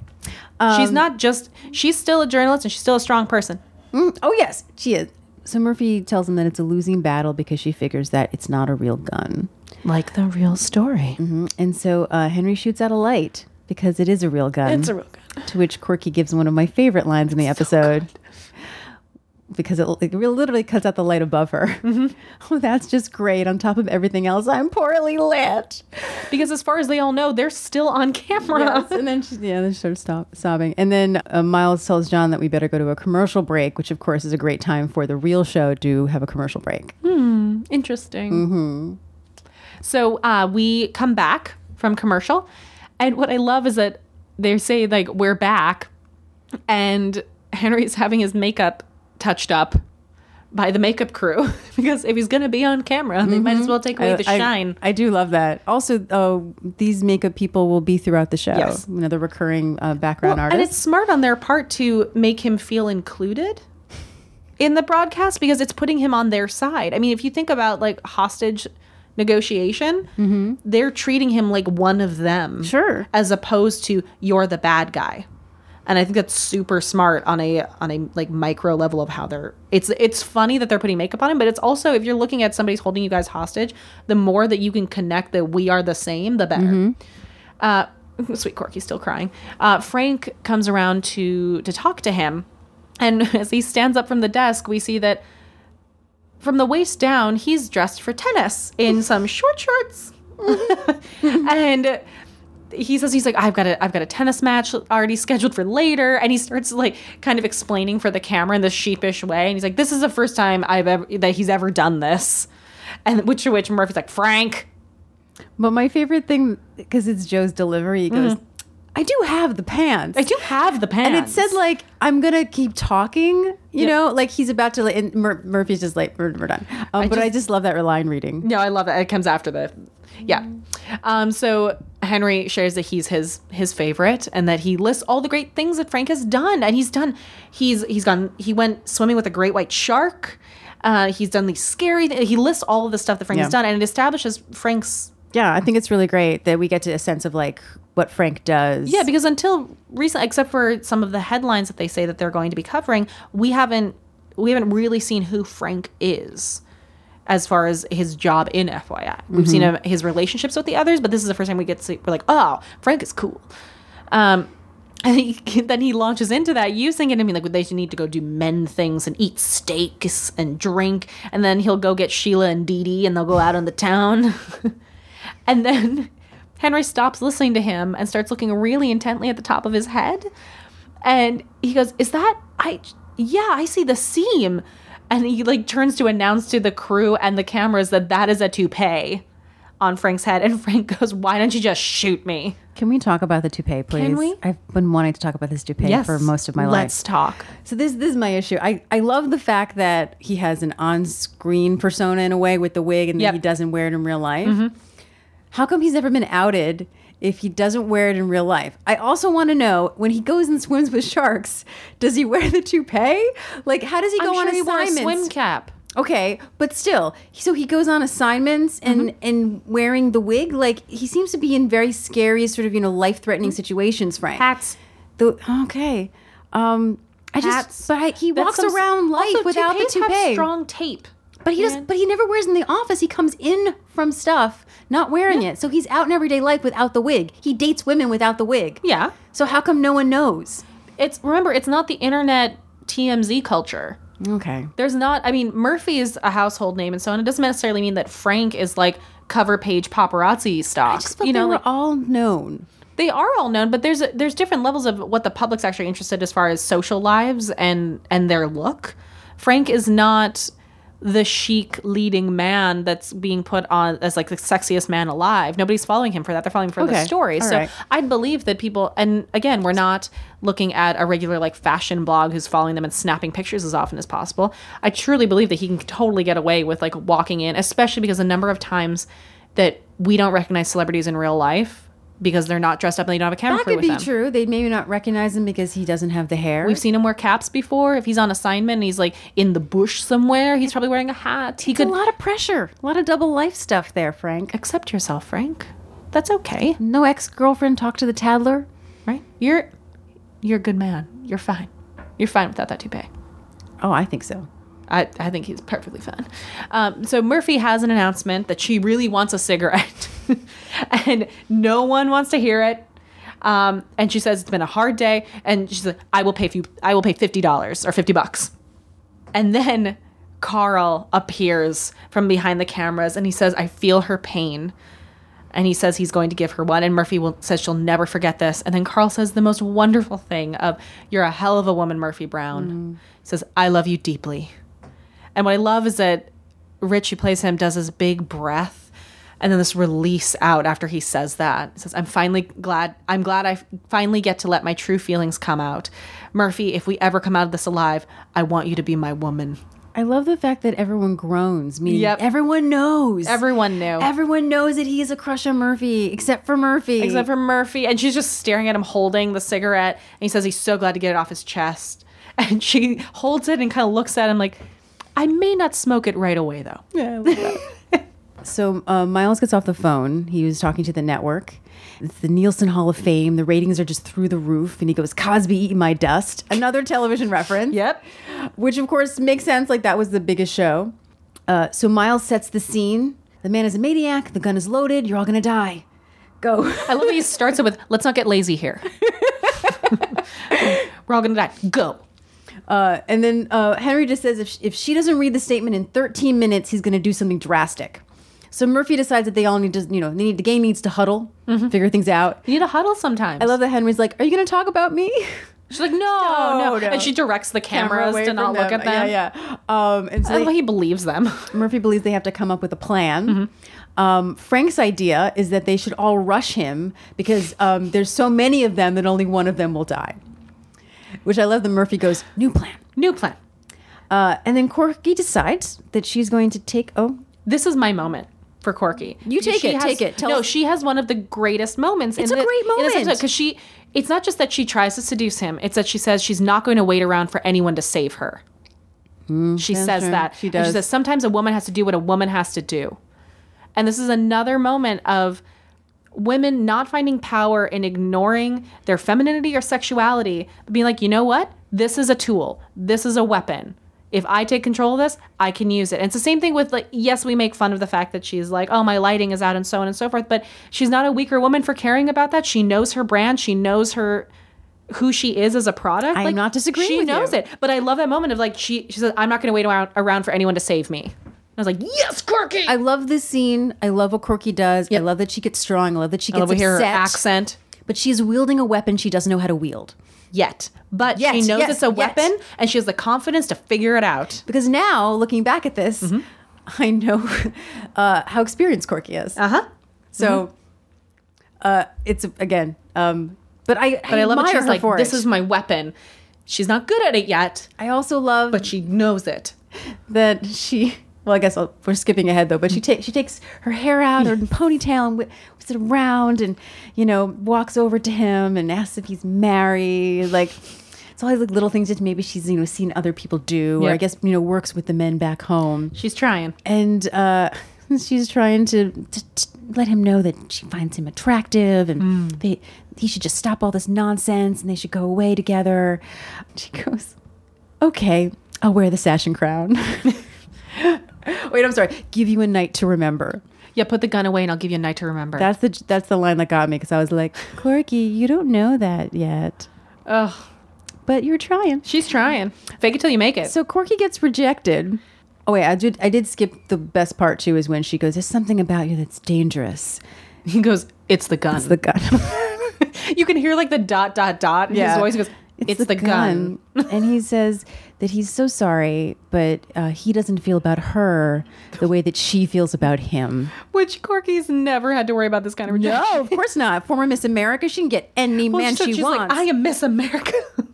[SPEAKER 4] Um,
[SPEAKER 3] she's not just, she's still a journalist and she's still a strong person.
[SPEAKER 4] Mm, oh yes, she is. So Murphy tells him that it's a losing battle because she figures that it's not a real gun.
[SPEAKER 3] Like the real story.
[SPEAKER 4] And so uh, Henry shoots out a light because it is a real gun.
[SPEAKER 3] It's a real gun.
[SPEAKER 4] To which Quirky gives one of my favorite lines in the episode. because it, it real- literally cuts out the light above her.
[SPEAKER 3] Mm-hmm.
[SPEAKER 4] Oh, that's just great. On top of everything else, I'm poorly lit.
[SPEAKER 3] Because as far as they all know, they're still on camera.
[SPEAKER 4] and then she, yeah, then she started stop, sobbing. And then uh, Miles tells John that we better go to a commercial break, which of course is a great time for the real show to have a commercial break.
[SPEAKER 3] Hmm. Interesting. Mm-hmm. So uh, we come back from commercial, and what I love is that they say like we're back, and Henry's having his makeup touched up by the makeup crew because if he's gonna be on camera, they might as well take away
[SPEAKER 4] Mm-hmm. I-
[SPEAKER 3] the
[SPEAKER 4] I-
[SPEAKER 3] shine.
[SPEAKER 4] I, do love that. Also, uh, these makeup people will be throughout the show.
[SPEAKER 3] Yes.
[SPEAKER 4] You know, the recurring uh, background
[SPEAKER 3] Well, and it's
[SPEAKER 4] artists.
[SPEAKER 3] smart on their part to make him feel included in the broadcast because it's putting him on their side. I mean, if you think about like hostage negotiation, they're treating him like one of them.
[SPEAKER 4] Mm-hmm. Sure.
[SPEAKER 3] As opposed to you're the bad guy. And I think that's super smart on a on a like micro level of how they're it's it's funny that they're putting makeup on him, but it's also if you're looking at somebody's holding you guys hostage, the more that you can connect that we are the same, the better
[SPEAKER 4] Mm-hmm.
[SPEAKER 3] uh, sweet Corky's still crying. Uh, Frank comes around to to talk to him, and as he stands up from the desk, we see that from the waist down, he's dressed for tennis in some short shorts, and he says he's like I've got a I've got a tennis match already scheduled for later, and he starts like kind of explaining for the camera in this sheepish way, and he's like, "This is the first time I've ever that he's ever done this," and which to which Murphy's like, "Frank."
[SPEAKER 4] but my favorite thing, because it's Joe's delivery, he goes, I do have the pants.
[SPEAKER 3] Mm-hmm. I do have the pants.
[SPEAKER 4] and it said like I'm gonna keep talking, you know, like he's about to. Like, and Mur- Murphy's just like we're, we're done. Um, but I
[SPEAKER 3] just-
[SPEAKER 4] just love that line reading.
[SPEAKER 3] No, I love that. It comes after the Yeah. Um, so Henry shares that he's his his favorite and that he lists all the great things that Frank has done. And he's done he's he's gone he went swimming with a great white shark. Uh, he's done these scary th- he lists all of the stuff that Frank
[SPEAKER 4] Yeah.
[SPEAKER 3] has done and it establishes Frank's
[SPEAKER 4] Yeah, I think it's really great that we get to a sense of like what Frank does.
[SPEAKER 3] Yeah, because until recent except for some of the headlines that they say that they're going to be covering, we haven't we haven't really seen who Frank is as far as his job in FYI. We've seen him, his relationships with the others, but this is the first time we get to see we're like, "Oh, Frank is cool." Um and he, then he launches into that using it. I mean, like they should need to go do men things and eat steaks and drink, and then he'll go get Sheila and Dee Dee, and they'll go out on the town. And then Henry stops listening to him and starts looking really intently at the top of his head. And he goes, Is that I yeah, I see the seam. And he like turns to announce to the crew and the cameras that that is a toupee on Frank's head. And Frank goes, Why don't you just shoot me?
[SPEAKER 4] Can we talk about the toupee, please?
[SPEAKER 3] we?
[SPEAKER 4] I've been wanting to talk about this toupee for most of my life.
[SPEAKER 3] Let's talk.
[SPEAKER 4] So this this is my issue. I, I love the fact that he has an on screen persona in a way with the wig, and
[SPEAKER 3] Yep.
[SPEAKER 4] that he doesn't wear it in real life. How come he's never been outed if he doesn't wear it in real life? I also want to know when he goes and swims with sharks, does he wear the toupee? Like, how does he go
[SPEAKER 3] I'm
[SPEAKER 4] on
[SPEAKER 3] sure he wore a
[SPEAKER 4] assignments?
[SPEAKER 3] swim cap.
[SPEAKER 4] Okay, but still, so he goes on assignments and and wearing the wig. Like he seems to be in very scary, sort of you know, life threatening situations. Frank
[SPEAKER 3] Hats.
[SPEAKER 4] the okay. Um, I just
[SPEAKER 3] Hats.
[SPEAKER 4] but I, he walks
[SPEAKER 3] That's some-
[SPEAKER 4] around life
[SPEAKER 3] Also,
[SPEAKER 4] without the
[SPEAKER 3] toupees have
[SPEAKER 4] toupee.
[SPEAKER 3] strong tape.
[SPEAKER 4] but he
[SPEAKER 3] man.
[SPEAKER 4] does. But he never wears it in the office. He comes in from stuff not wearing it, so he's out in everyday life without the wig. He dates women without the wig.
[SPEAKER 3] Yeah.
[SPEAKER 4] So how come no one knows?
[SPEAKER 3] It's remember, it's not the internet TMZ culture.
[SPEAKER 4] Okay.
[SPEAKER 3] there's not i mean murphy is a household name and so on it doesn't necessarily mean that frank is like cover page paparazzi stock
[SPEAKER 4] Just but
[SPEAKER 3] you know
[SPEAKER 4] they were
[SPEAKER 3] like,
[SPEAKER 4] all known.
[SPEAKER 3] they are all known but there's there's different levels of what the public's actually interested as far as social lives and and their look frank is not the chic leading man that's being put on as like the sexiest man alive nobody's following him for that they're following him for
[SPEAKER 4] Okay.
[SPEAKER 3] the story
[SPEAKER 4] All
[SPEAKER 3] so
[SPEAKER 4] right.
[SPEAKER 3] i'd believe that people and again we're not looking at a regular like fashion blog who's following them and snapping pictures as often as possible i truly believe that he can totally get away with like walking in especially because the number of times that we don't recognize celebrities in real life because they're not dressed up and they don't have a camera
[SPEAKER 4] That
[SPEAKER 3] crew
[SPEAKER 4] could
[SPEAKER 3] with
[SPEAKER 4] be
[SPEAKER 3] them.
[SPEAKER 4] true. They'd maybe not recognize him because he doesn't have the hair.
[SPEAKER 3] We've seen him wear caps before. If he's on assignment and he's like in the bush somewhere, he's probably wearing a hat. He
[SPEAKER 4] It's
[SPEAKER 3] could
[SPEAKER 4] a lot of pressure, a lot of double life stuff there, Frank.
[SPEAKER 3] accept yourself, Frank. That's okay,
[SPEAKER 4] No ex girlfriend talk to the tattler.
[SPEAKER 3] right? You're you're a good man. You're fine. You're fine without that toupee.
[SPEAKER 4] Oh, I think so.
[SPEAKER 3] I, I think he's perfectly fine. Um, so Murphy has an announcement that she really wants a cigarette, and no one wants to hear it. Um, and she says it's been a hard day, and she's like, "I will pay you. I will pay fifty dollars or fifty bucks." And then Carl appears from behind the cameras, and he says, "I feel her pain." And he says he's going to give her one, and Murphy will, says she'll never forget this. And then Carl says the most wonderful thing of, "You're a hell of a woman, Murphy Brown." He says, "I love you deeply." And what I love is that Rich, who plays him, does this big breath and then this release out after he says that. He says, I'm finally glad, I'm glad I finally get to let my true feelings come out. Murphy, if we ever come out of this alive, I want you to be my woman.
[SPEAKER 4] I love the fact that everyone groans, meaning
[SPEAKER 3] Yep.
[SPEAKER 4] everyone knows.
[SPEAKER 3] Everyone knew.
[SPEAKER 4] Everyone knows that he is a crush on Murphy, except for Murphy.
[SPEAKER 3] Except for Murphy. And she's just staring at him holding the cigarette. And he says he's so glad to get it off his chest. And she holds it and kind of looks at him like, I may not smoke it right away though.
[SPEAKER 4] So uh, Miles gets off the phone. He was talking to the network. It's the Nielsen Hall of Fame. The ratings are just through the roof. And he goes, Cosby eating my dust. Another television reference.
[SPEAKER 3] Yep.
[SPEAKER 4] Which, of course, makes sense. Like, that was the biggest show. Uh, so Miles sets the scene. The man is a maniac. The gun is loaded. You're all going to die. Go.
[SPEAKER 3] I love that he starts it with, let's not get lazy here. We're all going to die. Go.
[SPEAKER 4] Uh, and then uh, Henry just says if she, if she doesn't read the statement in 13 minutes, he's going to do something drastic. So Murphy decides that they all need to, you know, they need the gang needs to huddle, figure things out.
[SPEAKER 3] You need a huddle sometimes.
[SPEAKER 4] I love that Henry's like, "Are you going to talk about me?"
[SPEAKER 3] She's like, no, no,
[SPEAKER 4] No, no.
[SPEAKER 3] And she directs the cameras
[SPEAKER 4] away
[SPEAKER 3] to
[SPEAKER 4] from
[SPEAKER 3] not look at them.
[SPEAKER 4] Yeah, yeah. Um, and
[SPEAKER 3] I
[SPEAKER 4] so
[SPEAKER 3] love how
[SPEAKER 4] they-
[SPEAKER 3] he believes them.
[SPEAKER 4] Murphy believes they have to come up with a plan.
[SPEAKER 3] Mm-hmm.
[SPEAKER 4] Um, Frank's idea is that they should all rush him because um, there's so many of them that only one of them will die. Which I love. The Murphy goes, "New plan."
[SPEAKER 3] New plan.
[SPEAKER 4] Uh, and then Corky decides that she's going to take. Oh,
[SPEAKER 3] This is my moment for Corky.
[SPEAKER 4] You take
[SPEAKER 3] She
[SPEAKER 4] it,
[SPEAKER 3] has-
[SPEAKER 4] take it. Tell
[SPEAKER 3] no,
[SPEAKER 4] us-
[SPEAKER 3] she has one of the greatest moments.
[SPEAKER 4] It's
[SPEAKER 3] in
[SPEAKER 4] a
[SPEAKER 3] the-
[SPEAKER 4] great
[SPEAKER 3] in this
[SPEAKER 4] moment.
[SPEAKER 3] because she. It's not just that she tries to seduce him; it's that she says she's not going to wait around for anyone to save her. she says
[SPEAKER 4] Mm, true.
[SPEAKER 3] that
[SPEAKER 4] She
[SPEAKER 3] And
[SPEAKER 4] does.
[SPEAKER 3] she says sometimes a woman has to do what a woman has to do, and this is another moment of women not finding power in ignoring their femininity or sexuality, but being like, you know what? This is a tool. This is a weapon. If I take control of this, I can use it. And it's the same thing with like, yes, we make fun of the fact that she's like, oh, my lighting is out and so on and so forth, but she's not a weaker woman for caring about that. She knows her brand. She knows her who she is as a product.
[SPEAKER 4] I am not disagreeing
[SPEAKER 3] She
[SPEAKER 4] with
[SPEAKER 3] knows
[SPEAKER 4] you.
[SPEAKER 3] it. But I love that moment of like she she says, I'm not gonna wait around, around for anyone to save me. And I was like, Yes, Corky!
[SPEAKER 4] I love this scene. I love what Corky does. I love that she gets strong. I love that she gets
[SPEAKER 3] love
[SPEAKER 4] upset.
[SPEAKER 3] hear her accent.
[SPEAKER 4] But she's wielding a weapon she doesn't know how to wield.
[SPEAKER 3] yet, but
[SPEAKER 4] Yet,
[SPEAKER 3] she knows
[SPEAKER 4] yes,
[SPEAKER 3] it's a
[SPEAKER 4] yet.
[SPEAKER 3] weapon and she has the confidence to figure it out.
[SPEAKER 4] Because now, looking back at this,
[SPEAKER 3] Mm-hmm.
[SPEAKER 4] I know uh, how experienced Corky is.
[SPEAKER 3] Uh huh.
[SPEAKER 4] So uh, it's again. Um, but I,
[SPEAKER 3] But I love it.
[SPEAKER 4] admire
[SPEAKER 3] She's
[SPEAKER 4] her
[SPEAKER 3] like,
[SPEAKER 4] for
[SPEAKER 3] this
[SPEAKER 4] it.
[SPEAKER 3] is my weapon. She's not good at it yet,
[SPEAKER 4] I also love
[SPEAKER 3] but she knows it.
[SPEAKER 4] that she. Well, I guess I'll, we're skipping ahead though. But she
[SPEAKER 3] Mm-hmm.
[SPEAKER 4] takes she takes her hair out her ponytail and whips it around, and you know walks over to him and asks if he's married. Like it's all these like, little things that maybe she's you know seen other people do, or
[SPEAKER 3] Yeah.
[SPEAKER 4] I guess you know works with the men back home,
[SPEAKER 3] She's trying.
[SPEAKER 4] and uh, she's trying to, to, to let him know that she finds him attractive, and they he should just stop all this nonsense, and they should go away together. She goes, "Okay, I'll wear the sash and crown." Wait, I'm sorry. Give you a night to remember.
[SPEAKER 3] Yeah, put the gun away and I'll give you a night to remember.
[SPEAKER 4] That's the that's the line that got me because I was like, Corky, you don't know that yet,
[SPEAKER 3] Ugh.
[SPEAKER 4] but you're trying.
[SPEAKER 3] She's trying. Fake it till you make it.
[SPEAKER 4] So Corky gets rejected. Oh wait, I did I did skip the best part too is when she goes, "There's something about you that's dangerous."
[SPEAKER 3] he goes, It's the gun.
[SPEAKER 4] It's the gun.
[SPEAKER 3] you can hear like the dot, dot, dot in his voice. He goes, It's, the, gun.
[SPEAKER 4] and he says that he's so sorry, but uh, he doesn't feel about her the way that she feels about him.
[SPEAKER 3] Which Corky's never had to worry about this kind of rejection.
[SPEAKER 4] of course not. Former Miss America, she can get any
[SPEAKER 3] Well,
[SPEAKER 4] man
[SPEAKER 3] so
[SPEAKER 4] she
[SPEAKER 3] she's
[SPEAKER 4] wants.
[SPEAKER 3] like, I am Miss America.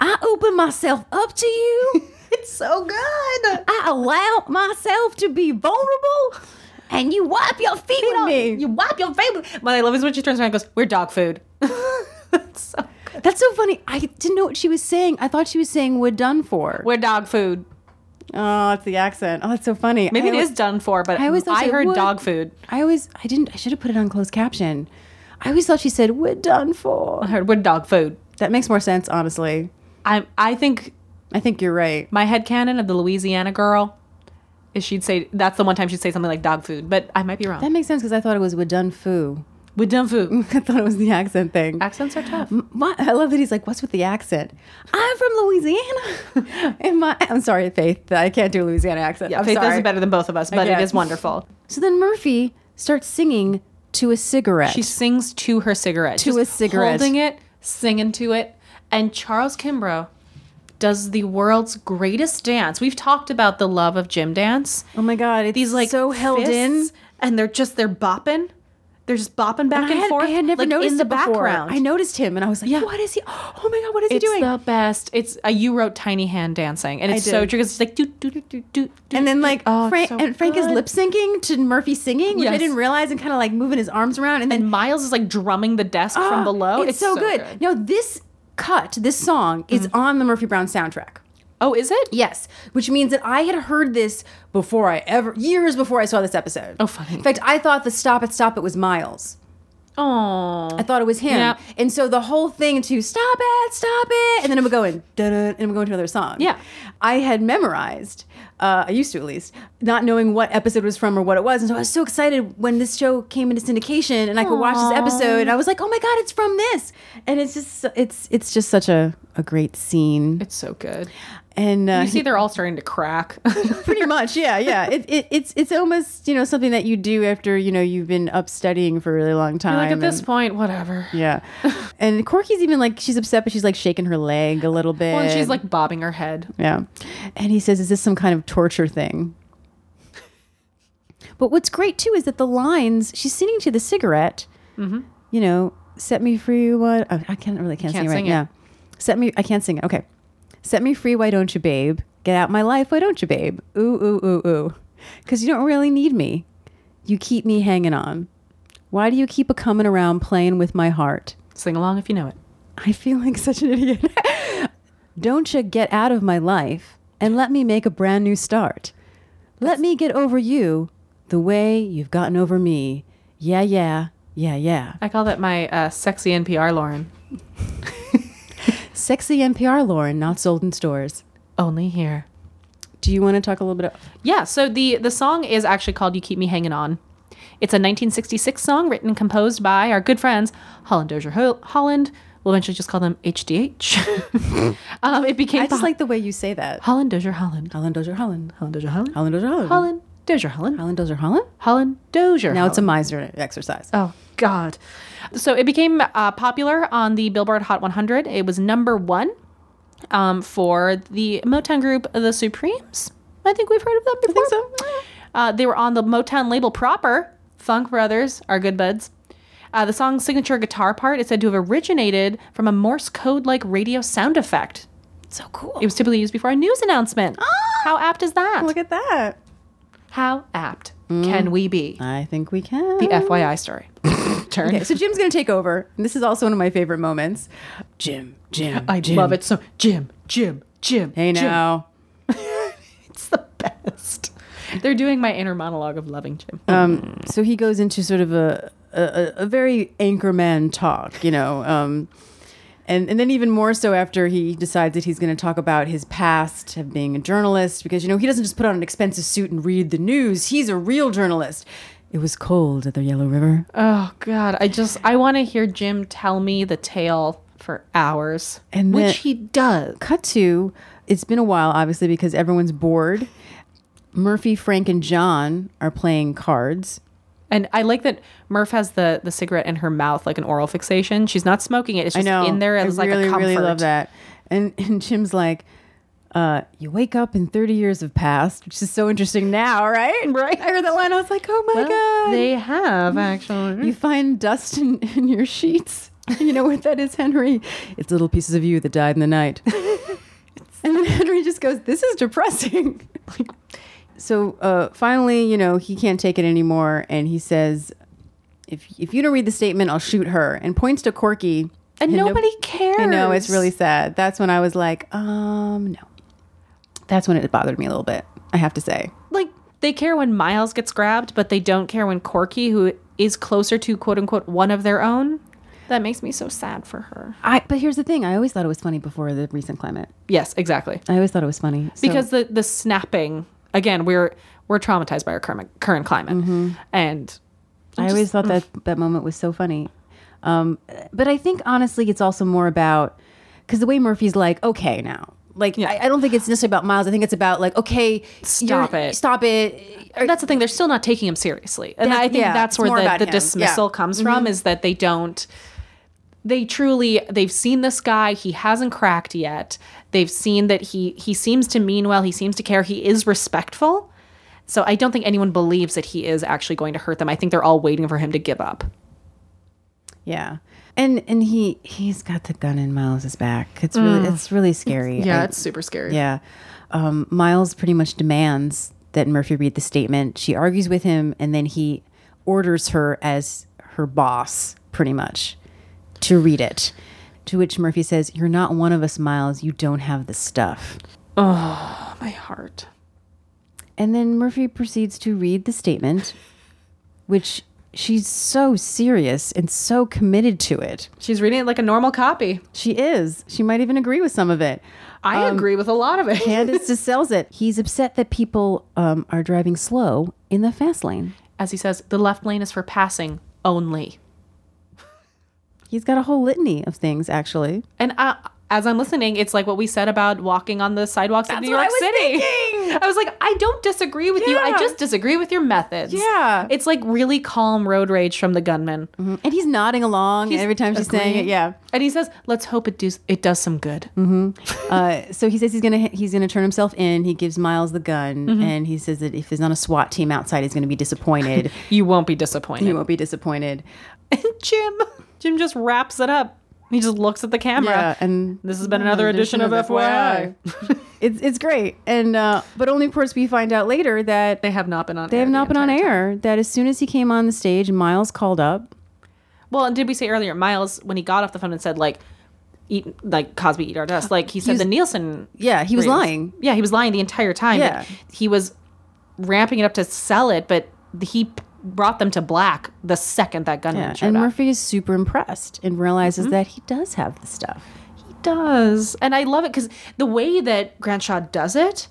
[SPEAKER 4] I open myself up to you.
[SPEAKER 3] it's so good.
[SPEAKER 4] I allow myself to be vulnerable. and you whap your feet with me.
[SPEAKER 3] You whap your baby. What I love is when she turns around and goes, We're dog food. That's so good.
[SPEAKER 4] That's so funny. I didn't know what she was saying. I thought she was saying "we're done for."
[SPEAKER 3] We're dog food.
[SPEAKER 4] Oh, it's the accent. Oh, that's so funny.
[SPEAKER 3] Maybe
[SPEAKER 4] I
[SPEAKER 3] it
[SPEAKER 4] always-
[SPEAKER 3] is done for, but
[SPEAKER 4] I
[SPEAKER 3] I,
[SPEAKER 4] always thought she
[SPEAKER 3] heard
[SPEAKER 4] would.
[SPEAKER 3] dog food.
[SPEAKER 4] I always, I didn't. I should have put it on closed caption. I always thought she said "we're done for."
[SPEAKER 3] I heard we're dog food.
[SPEAKER 4] That makes more sense, honestly.
[SPEAKER 3] I I think
[SPEAKER 4] I think you're right.
[SPEAKER 3] my head canon of the Louisiana girl is she'd say that's the one time she'd say something like dog food, but I might be wrong.
[SPEAKER 4] That makes sense because I thought it was "we're done foo."
[SPEAKER 3] We're done food.
[SPEAKER 4] I thought it was the accent thing.
[SPEAKER 3] Accents are tough.
[SPEAKER 4] My, I love that he's like, "What's with the accent?" I'm from Louisiana, and my I'm sorry, Faith, I can't do a Louisiana accent. I'm
[SPEAKER 3] Faith
[SPEAKER 4] sorry.
[SPEAKER 3] is better than both of us, but it
[SPEAKER 4] Okay.
[SPEAKER 3] is wonderful.
[SPEAKER 4] So then Murphy starts singing to a cigarette.
[SPEAKER 3] She sings to her cigarette.
[SPEAKER 4] To a cigarette.
[SPEAKER 3] Holding it, singing to it. And Charles Kimbrough does the world's greatest dance. We've talked about the love of gym dance.
[SPEAKER 4] oh my god, it's
[SPEAKER 3] These like
[SPEAKER 4] so held in.
[SPEAKER 3] fists, and they're just they're bopping. They're just bopping back
[SPEAKER 4] I
[SPEAKER 3] and,
[SPEAKER 4] had,
[SPEAKER 3] forth.
[SPEAKER 4] I had never
[SPEAKER 3] like,
[SPEAKER 4] noticed
[SPEAKER 3] in the
[SPEAKER 4] it before.
[SPEAKER 3] background.
[SPEAKER 4] I noticed him, and I was like,
[SPEAKER 3] Yeah.
[SPEAKER 4] "What is he? Oh my god, what is
[SPEAKER 3] It's
[SPEAKER 4] he doing?"
[SPEAKER 3] the best. It's uh, you wrote tiny hand dancing, and it's
[SPEAKER 4] did.
[SPEAKER 3] so true. 'cause It's like do do do do do.
[SPEAKER 4] and then like
[SPEAKER 3] Oh,
[SPEAKER 4] Frank
[SPEAKER 3] it's so
[SPEAKER 4] and Frank is
[SPEAKER 3] good.
[SPEAKER 4] lip syncing to Murphy singing, which I
[SPEAKER 3] Yes.
[SPEAKER 4] didn't realize, and kind of like moving his arms around, and then
[SPEAKER 3] and Miles is like drumming the desk
[SPEAKER 4] Ah,
[SPEAKER 3] from below.
[SPEAKER 4] It's, so, good. No, this cut, this song is
[SPEAKER 3] Mm-hmm.
[SPEAKER 4] on the Murphy Brown soundtrack.
[SPEAKER 3] Oh, is it?
[SPEAKER 4] Yes, which means that I had heard this before I ever years before I saw this episode.
[SPEAKER 3] Oh, funny.
[SPEAKER 4] In fact, I thought the stop it stop it was Miles.
[SPEAKER 3] Oh,
[SPEAKER 4] I thought it was him.
[SPEAKER 3] Yeah.
[SPEAKER 4] And so the whole thing to stop it, stop it, and then I'm going, dun and I'm going to another song.
[SPEAKER 3] Yeah.
[SPEAKER 4] I had memorized, uh, I used to at least, not knowing what episode was from or what it was. And so I was so excited when this show came into syndication and I could watch this episode and I was like, oh my God, it's from this. And it's just, it's, it's just such a, a great scene.
[SPEAKER 3] it's so good.
[SPEAKER 4] And uh,
[SPEAKER 3] You see, they're all starting to crack.
[SPEAKER 4] pretty much yeah yeah it, it, it's it's almost you know something that you do after you know you've been up studying for a really long time
[SPEAKER 3] like at
[SPEAKER 4] and-
[SPEAKER 3] this point, whatever.
[SPEAKER 4] yeah and corky's even like she's upset but she's like shaking her leg a little bit
[SPEAKER 3] Well, and she's like bobbing her head.
[SPEAKER 4] yeah and he says is this some kind of torture thing but what's great too is that the lines she's singing to the cigarette
[SPEAKER 3] Mm-hmm.
[SPEAKER 4] you know set me free what oh, i can't really can't,
[SPEAKER 3] Can't
[SPEAKER 4] sing,
[SPEAKER 3] sing
[SPEAKER 4] right
[SPEAKER 3] it.
[SPEAKER 4] yeah set me i can't sing it okay set me free why don't you babe get out my life why don't you babe ooh ooh ooh ooh because you don't really need me you keep me hanging on why do you keep a coming around playing with my heart
[SPEAKER 3] Sing along if you know it.
[SPEAKER 4] I feel like such an idiot. Don't you get out of my life and let me make a brand new start. Let me get over you the way you've gotten over me. Yeah, yeah, yeah, yeah.
[SPEAKER 3] I call that my uh, sexy NPR Lauren.
[SPEAKER 4] Sexy NPR Lauren, not sold in stores.
[SPEAKER 3] Only here.
[SPEAKER 4] Do you want to talk a little bit? Of-
[SPEAKER 3] Yeah, so the the song is actually called "You Keep Me Hanging On." It's a 1966 song written and composed by our good friends Holland Dozier Ho- Holland. We'll eventually just call them HDH. um, it became
[SPEAKER 4] I just
[SPEAKER 3] the-
[SPEAKER 4] like the way you say that.
[SPEAKER 3] Holland Dozier Holland.
[SPEAKER 4] Holland Dozer Holland.
[SPEAKER 3] Holland Dozier Holland.
[SPEAKER 4] Holland Dozer Holland.
[SPEAKER 3] Holland Dozier Holland.
[SPEAKER 4] Holland Dozer Holland.
[SPEAKER 3] Holland Dozier.
[SPEAKER 4] Now
[SPEAKER 3] Holland.
[SPEAKER 4] it's a miser exercise.
[SPEAKER 3] Oh God! So it became uh, popular on the Billboard Hot 100. It was number one um, for the Motown group The Supremes. I think we've heard of them before.
[SPEAKER 4] so.
[SPEAKER 3] Uh, they were on the Motown label proper. Funk Brothers, our good buds. Uh, the song's signature guitar part is said to have originated from a Morse code-like radio sound effect.
[SPEAKER 4] So cool.
[SPEAKER 3] It was typically used before a news announcement. How apt is that?
[SPEAKER 4] Look at that.
[SPEAKER 3] How apt can we be?
[SPEAKER 4] I think we can.
[SPEAKER 3] The FYI story. Turn.
[SPEAKER 4] Okay, so Jim's going to take over. And this is also one of my favorite moments. Jim, Jim,
[SPEAKER 3] I
[SPEAKER 4] Jim.
[SPEAKER 3] love it so. Jim, Jim, Jim.
[SPEAKER 4] Hey
[SPEAKER 3] Jim.
[SPEAKER 4] now.
[SPEAKER 3] it's the best. They're doing my inner monologue of loving Jim.
[SPEAKER 4] Um, so he goes into sort of a a, a- a very anchorman talk, you know. Um, and, and then even more so after he decides that he's going to talk about his past of being a journalist because you know he doesn't just put on an expensive suit and read the news he's a real journalist it was cold at the yellow river
[SPEAKER 3] oh God, I just I want to hear Jim tell me the tale for hours,
[SPEAKER 4] And
[SPEAKER 3] which
[SPEAKER 4] then-
[SPEAKER 3] he does.
[SPEAKER 4] cut to it's been a while obviously because everyone's bored murphy frank and john are playing cards
[SPEAKER 3] And I like that Murph has the the cigarette in her mouth like an oral fixation. She's not smoking it. It's
[SPEAKER 4] I
[SPEAKER 3] just
[SPEAKER 4] know.
[SPEAKER 3] in there
[SPEAKER 4] I
[SPEAKER 3] as like
[SPEAKER 4] really,
[SPEAKER 3] a comfort.
[SPEAKER 4] really love that. And and Jim's like, uh, you wake up and 30 years have passed, which is so interesting now, right?
[SPEAKER 3] Right.
[SPEAKER 4] I heard that line. I was like, oh my
[SPEAKER 3] Well,
[SPEAKER 4] god.
[SPEAKER 3] they have actually.
[SPEAKER 4] you find dust in, in your sheets. You know what that is, Henry? It's little pieces of you that died in the night. and then Henry just goes, "This is depressing." So uh, finally, you know, he can't take it anymore, and he says, "If if you don't read the statement, I'll shoot her." And points to Corky.
[SPEAKER 3] And
[SPEAKER 4] no-
[SPEAKER 3] nobody cares.
[SPEAKER 4] I know it's really sad. That's when I was like, um, no. That's when it bothered me a little bit. I have to say.
[SPEAKER 3] like they care when Miles gets grabbed, but they don't care when Corky, who is closer to quote unquote one of their own, that makes me so sad for her.
[SPEAKER 4] I but here's the thing. I always thought it was funny before the recent climate.
[SPEAKER 3] Yes, exactly.
[SPEAKER 4] I always thought it was funny so-
[SPEAKER 3] Because the the snapping again, we're we're traumatized by our current current climate, and
[SPEAKER 4] I always
[SPEAKER 3] mm.
[SPEAKER 4] thought that that moment was so funny. Um, but I think honestly, it's also more about because the way Murphy's like, okay, now, like, I, I don't think it's necessarily about Miles. I think it's about like, okay,
[SPEAKER 3] Stop
[SPEAKER 4] you're-
[SPEAKER 3] it.
[SPEAKER 4] stop it. Or-
[SPEAKER 3] that's the thing. They're still not taking him seriously, and
[SPEAKER 4] That-
[SPEAKER 3] I think
[SPEAKER 4] yeah,
[SPEAKER 3] that's
[SPEAKER 4] it's
[SPEAKER 3] where
[SPEAKER 4] more about
[SPEAKER 3] the, the
[SPEAKER 4] him.
[SPEAKER 3] dismissal
[SPEAKER 4] Yeah. Mm-hmm.
[SPEAKER 3] comes from is that they don't. They truly they've seen this guy. He hasn't cracked yet. They've seen that he he seems to mean well. He seems to care. He is respectful. So I don't think anyone believes that he is actually going to hurt them. I think they're all waiting for him to give up.
[SPEAKER 4] yeah. And and he he's got the gun in Miles's back. It's really
[SPEAKER 3] Mm.
[SPEAKER 4] it's really scary. I-
[SPEAKER 3] super scary.
[SPEAKER 4] yeah. Um, Miles pretty much demands that Murphy read the statement. She argues with him, and then he orders her as her boss, pretty much, to read it. To which Murphy says, "You're not one of us, Miles. You don't have the stuff."
[SPEAKER 3] my heart.
[SPEAKER 4] And then Murphy proceeds to read the statement, which she's so serious and so committed to it.
[SPEAKER 3] She's reading it like a normal copy.
[SPEAKER 4] She is. She might even agree with some of it.
[SPEAKER 3] I
[SPEAKER 4] Um,
[SPEAKER 3] agree with a lot of it.
[SPEAKER 4] Candace just sells it. He's upset that people um, are driving slow in the fast lane.
[SPEAKER 3] As he says, the left lane is for passing only.
[SPEAKER 4] He's got a whole litany of things, actually.
[SPEAKER 3] And I, as I'm listening, it's like what we said about walking on the sidewalks of New
[SPEAKER 4] what
[SPEAKER 3] York
[SPEAKER 4] I was
[SPEAKER 3] City.
[SPEAKER 4] thinking.
[SPEAKER 3] I was like, I don't disagree with you. I
[SPEAKER 4] Yeah.
[SPEAKER 3] just disagree with your methods.
[SPEAKER 4] Yeah. Mm-hmm.
[SPEAKER 3] It's like really calm road rage from the gunman.
[SPEAKER 4] And he's nodding along
[SPEAKER 3] He's
[SPEAKER 4] every time she's saying it.
[SPEAKER 3] agreeing.
[SPEAKER 4] Yeah.
[SPEAKER 3] And he says, let's hope it does, it does some good.
[SPEAKER 4] Mm-hmm. Uh, so he says he's gonna he's gonna turn himself in. He gives Miles the gun,
[SPEAKER 3] Mm-hmm.
[SPEAKER 4] and he says that if there's not a SWAT team outside, he's gonna be disappointed.
[SPEAKER 3] You won't be disappointed.
[SPEAKER 4] he won't be disappointed.
[SPEAKER 3] Jim, Jim just wraps it up. He just looks at the camera.
[SPEAKER 4] Yeah, and
[SPEAKER 3] this has been another edition of FYI.
[SPEAKER 4] it's it's great, and uh, but only of course we find out later that
[SPEAKER 3] They have not been on
[SPEAKER 4] they
[SPEAKER 3] air.
[SPEAKER 4] have
[SPEAKER 3] the
[SPEAKER 4] not been on
[SPEAKER 3] entire time.
[SPEAKER 4] air. That as soon as he came on the stage, Miles called up.
[SPEAKER 3] Well, and did we say earlier, Miles, when he got off the phone and said, like, eat, like, Cosby, eat our dust, like, he said
[SPEAKER 4] was-
[SPEAKER 3] the Nielsen
[SPEAKER 4] Yeah, he was
[SPEAKER 3] Reeves.
[SPEAKER 4] lying.
[SPEAKER 3] Yeah, he was lying the entire time.
[SPEAKER 4] Yeah.
[SPEAKER 3] But he was ramping it up to sell it, but he p- brought them to black the second that gunman
[SPEAKER 4] Yeah,
[SPEAKER 3] showed
[SPEAKER 4] and
[SPEAKER 3] up.
[SPEAKER 4] Murphy is super impressed and realizes that he does have the stuff.
[SPEAKER 3] he does, and I love it because the way that Grandshaw does it,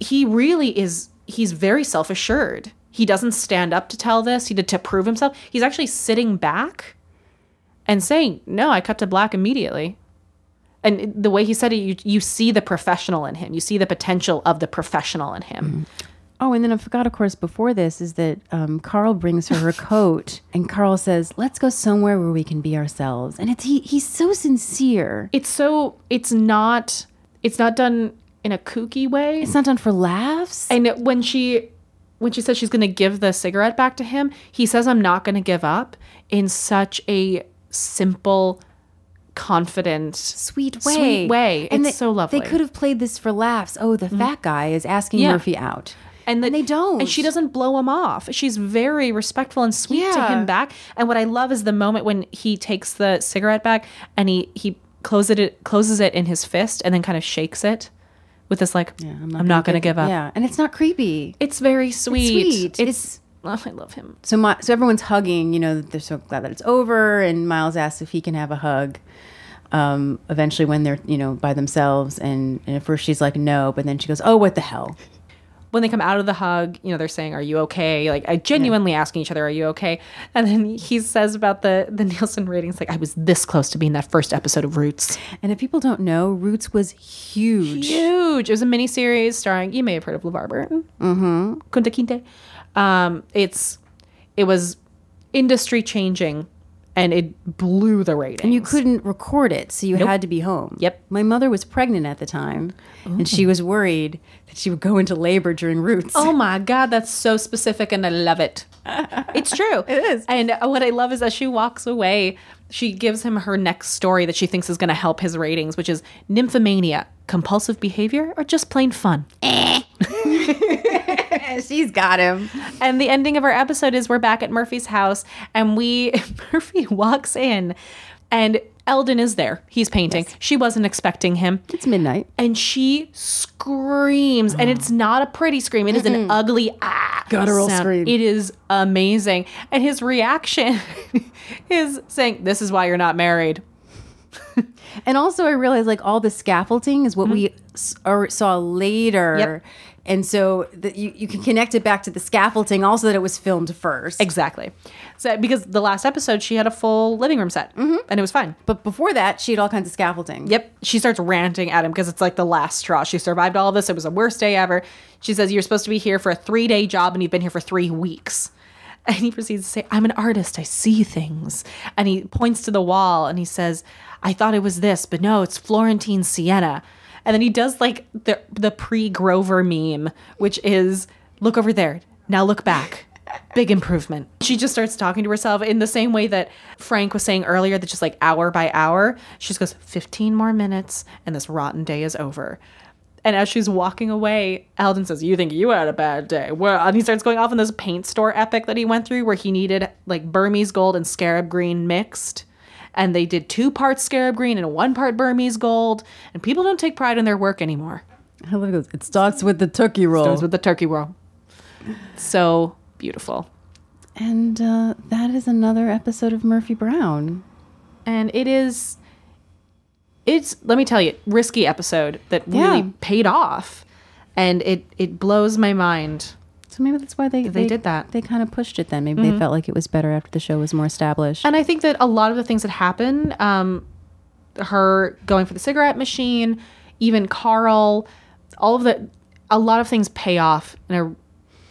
[SPEAKER 3] he really is. He's very self assured. He doesn't stand up to tell this. He did to prove himself. He's actually sitting back and saying, "No, I cut to black immediately." And it- the way he said it, you, you see the professional in him. You see the potential of the professional in him.
[SPEAKER 4] Oh, and then I forgot, of course, before this is that um, Carl brings her her coat, and Carl says, "Let's go somewhere where we can be ourselves." And it's he, he's so sincere.
[SPEAKER 3] it's so it's not it's not done in a kooky way
[SPEAKER 4] It's not done for laughs.
[SPEAKER 3] and when she when she says she's going to give the cigarette back to him he says i'm not going to give up in such a simple confident
[SPEAKER 4] sweet way,
[SPEAKER 3] Sweet way. It's
[SPEAKER 4] they-
[SPEAKER 3] so lovely.
[SPEAKER 4] They could have played this for laughs. Oh, the fat guy is asking
[SPEAKER 3] Yeah.
[SPEAKER 4] Murphy out,
[SPEAKER 3] and,
[SPEAKER 4] they don't.
[SPEAKER 3] and she doesn't blow him off she's very respectful and sweet to
[SPEAKER 4] Yeah.
[SPEAKER 3] him back and what i love is the moment when he takes the cigarette back and he he closes it closes it in his fist and then kind of shakes it with this like i'm not, going to give up
[SPEAKER 4] Yeah, and it's not creepy.
[SPEAKER 3] It's very sweet.
[SPEAKER 4] sweet.
[SPEAKER 3] It's, oh, I love him.
[SPEAKER 4] So my, so everyone's hugging. You know, they're so glad that it's over. And Miles asks if he can have a hug. Um, eventually, when they're you know by themselves, and, and at first she's like no, but then she goes, oh, what the hell.
[SPEAKER 3] When they come out of the hug, you know, they're saying, "Are you okay?" Like I genuinely asking each other, "Are you okay?" And then he says about the the Nielsen ratings, like I was this close to being that first episode of Roots.
[SPEAKER 4] And if people don't know, Roots was huge.
[SPEAKER 3] Huge. It was a miniseries starring. You may have heard of LeVar Burton. Mm-hmm. Kunta Kinte. Um, it's it was industry changing, and it blew the ratings.
[SPEAKER 4] You couldn't record it, so you had to be home.
[SPEAKER 3] Yep.
[SPEAKER 4] My mother was pregnant at the time, and she was worried that she would go into labor during Roots.
[SPEAKER 3] Oh my God, that's so specific and I love it. It's true. it is. And uh, what I love is as she walks away, she gives him her next story that she thinks is going to help his ratings, which is nymphomania, compulsive behavior, or just plain fun.
[SPEAKER 4] She's got him.
[SPEAKER 3] And the ending of our episode is we're back at Murphy's house and we Murphy walks in and Eldon is there. He's painting. She wasn't expecting him.
[SPEAKER 4] It's midnight.
[SPEAKER 3] And she screams, and it's not a pretty scream. It is an ugly ah
[SPEAKER 4] Guttural scream.
[SPEAKER 3] It is amazing. And his reaction is saying, This is why you're not married.
[SPEAKER 4] And also, I realized like all the scaffolding is what we s- or saw later.
[SPEAKER 3] Mm-hmm. Yep.
[SPEAKER 4] And so that you, you can connect it back to the scaffolding, also that it was filmed first.
[SPEAKER 3] Exactly. So because the last episode she had a full living room set
[SPEAKER 4] Mm-hmm.
[SPEAKER 3] and it was fine.
[SPEAKER 4] but before that, she had all kinds of scaffolding.
[SPEAKER 3] Yep. She starts ranting at him because it's like the last straw. She survived all of this. It was the worst day ever. She says, You're supposed to be here for a three day job and you've been here for three weeks. And he proceeds to say, I'm an artist. I see things. And he points to the wall and he says, I thought it was this, but no, it's Florentine Sienna. And then he does like the, the pre Grover meme, which is look over there. Now look back. Big improvement. She just starts talking to herself in the same way that Frank was saying earlier that just like hour by hour, she just goes 15 more minutes and this rotten day is over. And as she's walking away, Alden says, "You think you had a bad day?" Well, and he starts going off on this paint store epic that he went through where he needed like Burmese gold and scarab green mixed. And they did two parts scarab green and one part Burmese gold. And people don't take pride in their work anymore.
[SPEAKER 4] I love it. goes, It starts with the turkey roll.
[SPEAKER 3] Starts with the turkey roll. So beautiful.
[SPEAKER 4] and uh, that is another episode of Murphy Brown.
[SPEAKER 3] and it is it's let me tell you risky episode that really
[SPEAKER 4] Yeah.
[SPEAKER 3] paid off and it it blows my mind
[SPEAKER 4] So maybe that's why they,
[SPEAKER 3] They did that. Mm-hmm.
[SPEAKER 4] They kind of pushed it then. Maybe they felt like it was better after the show was more established.
[SPEAKER 3] and i think that a lot of the things that happen um her going for the cigarette machine even carl all of the a lot of things pay off in a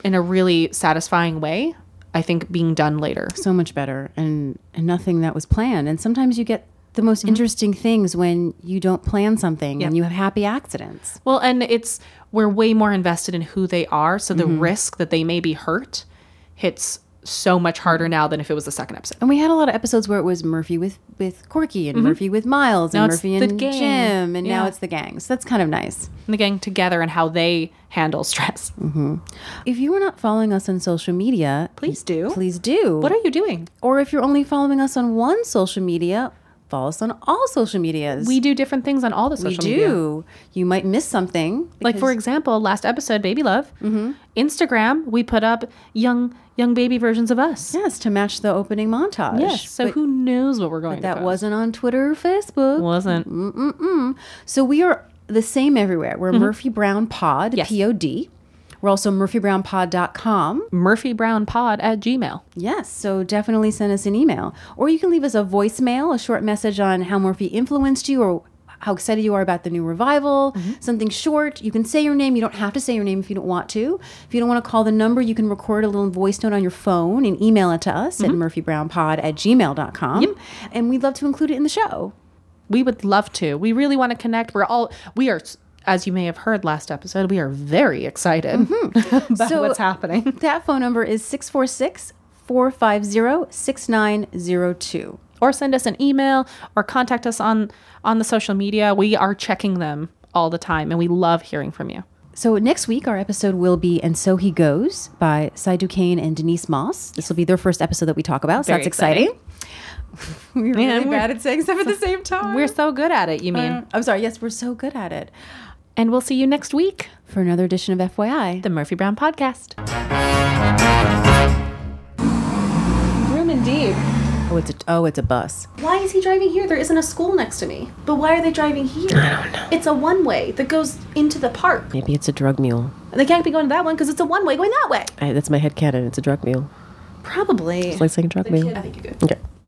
[SPEAKER 3] in a really satisfying way i think being done later
[SPEAKER 4] so much better and, and nothing that was planned. And sometimes you get the most interesting things when you don't plan something
[SPEAKER 3] Yep.
[SPEAKER 4] and you have happy accidents.
[SPEAKER 3] Well, and it's we're way more invested in who they are, so the
[SPEAKER 4] Mm-hmm.
[SPEAKER 3] risk that they may be hurt hits so much harder now than if it was the second episode.
[SPEAKER 4] And we had a lot of episodes where it was Murphy with with Corky and Murphy with Miles and
[SPEAKER 3] Now it's
[SPEAKER 4] Murphy
[SPEAKER 3] the
[SPEAKER 4] and
[SPEAKER 3] gang.
[SPEAKER 4] Jim and now
[SPEAKER 3] Yeah.
[SPEAKER 4] it's the gang. So that's kind of nice.
[SPEAKER 3] And the gang together and how they handle stress.
[SPEAKER 4] Mm-hmm. If you are not following us on social media,
[SPEAKER 3] Please do.
[SPEAKER 4] Please do.
[SPEAKER 3] What are you doing?
[SPEAKER 4] or if you're only following us on one social media, follow us on all social medias.
[SPEAKER 3] We do different things on all the
[SPEAKER 4] We
[SPEAKER 3] social media.
[SPEAKER 4] do. You might miss something.
[SPEAKER 3] Like for example, last episode, Baby Love,
[SPEAKER 4] Mm-hmm.
[SPEAKER 3] Instagram, we put up young young baby versions of us.
[SPEAKER 4] yes, to match the opening montage.
[SPEAKER 3] Yes. So
[SPEAKER 4] But
[SPEAKER 3] who knows what we're going to
[SPEAKER 4] that Mm-hmm.
[SPEAKER 3] post.
[SPEAKER 4] wasn't on Twitter or Facebook.
[SPEAKER 3] wasn't.
[SPEAKER 4] So we are the same everywhere. We're Murphy Brown Pod,
[SPEAKER 3] Yes.
[SPEAKER 4] P O D. We're also murphybrownpod.com.
[SPEAKER 3] Murphy Brown Pod at Gmail.
[SPEAKER 4] Yes, so definitely send us an email. Or you can leave us a voicemail, a short message on how Murphy influenced you or how excited you are about the new revival, something short. You can say your name. You don't have to say your name if you don't want to. If you don't want to call the number, you can record a little voice note on your phone and email it to us at murphybrownpod at gmail.com. And we'd love to include it in the show.
[SPEAKER 3] we would love to we really want to connect we're all we are as you may have heard last episode we are very excited about
[SPEAKER 4] So-
[SPEAKER 3] what's happening
[SPEAKER 4] That phone number is 646 450 6902.
[SPEAKER 3] or send us an email or contact us on on the social media we are checking them all the time and we love hearing from you
[SPEAKER 4] So next week, our episode will be "And So He Goes" by Cy Duquesne and Denise Moss. This will be their first episode that we talk about, so
[SPEAKER 3] Very
[SPEAKER 4] that's exciting. we're really
[SPEAKER 3] Yeah, we're-
[SPEAKER 4] bad at saying stuff at the same time.
[SPEAKER 3] we're so good at it you mean
[SPEAKER 4] I'm sorry. Yes, we're so good at it.
[SPEAKER 3] and we'll see you next week
[SPEAKER 4] For another edition of FYI,
[SPEAKER 3] the murphy brown podcast room and deep
[SPEAKER 4] oh, it's a oh, it's a bus.
[SPEAKER 3] why is he driving here there isn't a school next to me but why are they driving here i don't know it's a one way that goes into the park
[SPEAKER 5] Maybe it's a drug mule.
[SPEAKER 3] they can't be going to that one because it's a one way going that way
[SPEAKER 5] I, that's my head canon. It's a drug mule.
[SPEAKER 3] Probably.
[SPEAKER 5] Like saying drug mule.
[SPEAKER 3] I think you could.
[SPEAKER 5] Okay.